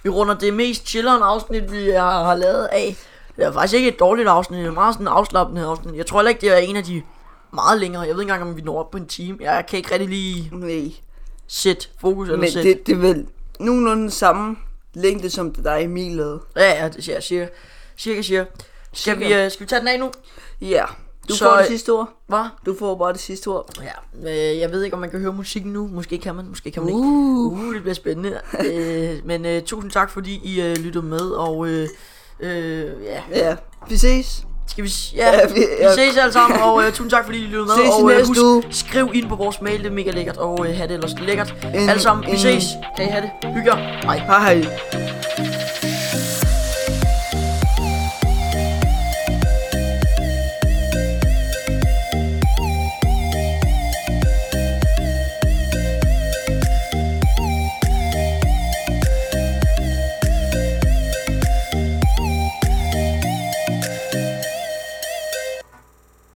A: Vi runder det mest chilleren afsnit, vi har, har lavet af. Det er faktisk ikke et dårligt afsnit, det er meget sådan afslappende afsnit. Jeg tror heller ikke, det er en af de meget længere. Jeg ved ikke engang, om vi når op på en time. Jeg kan ikke rigtig lige
B: Nej.
A: sætte fokus eller
B: Men
A: sætte...
B: det, det er vel nogenlunde samme længde, som det der Emil lavede.
A: Ja, ja, det siger jeg. Cirka, cirka, cirka. Skal vi, øh, skal vi tage den af nu?
B: Ja. Du
A: Så-
B: får det sidste ord.
A: Hvad?
B: Du får bare det sidste ord.
A: Ja, øh, jeg ved ikke, om man kan høre musikken nu. Måske kan man, måske kan man ikke.
B: Uh.
A: Uh, det bliver spændende. øh, men øh, tusind tak, fordi I øh, lyttede med, og øh, øh, ja.
B: Ja. Vi ses.
A: Skal vi, s- ja,
B: Ja, vi-
A: vi,
B: ja.
A: ses alle sammen, og øh, tusind tak, fordi I lyttede med.
B: Ses i
A: og, øh,
B: næste
A: husk,
B: uge.
A: skriv ind på vores mail, det er mega lækkert, og øh, have det ellers lækkert.
B: En-
A: alle sammen, vi
B: en-
A: ses. Kan I have det? Hygge jer. Hej.
B: Hej hej.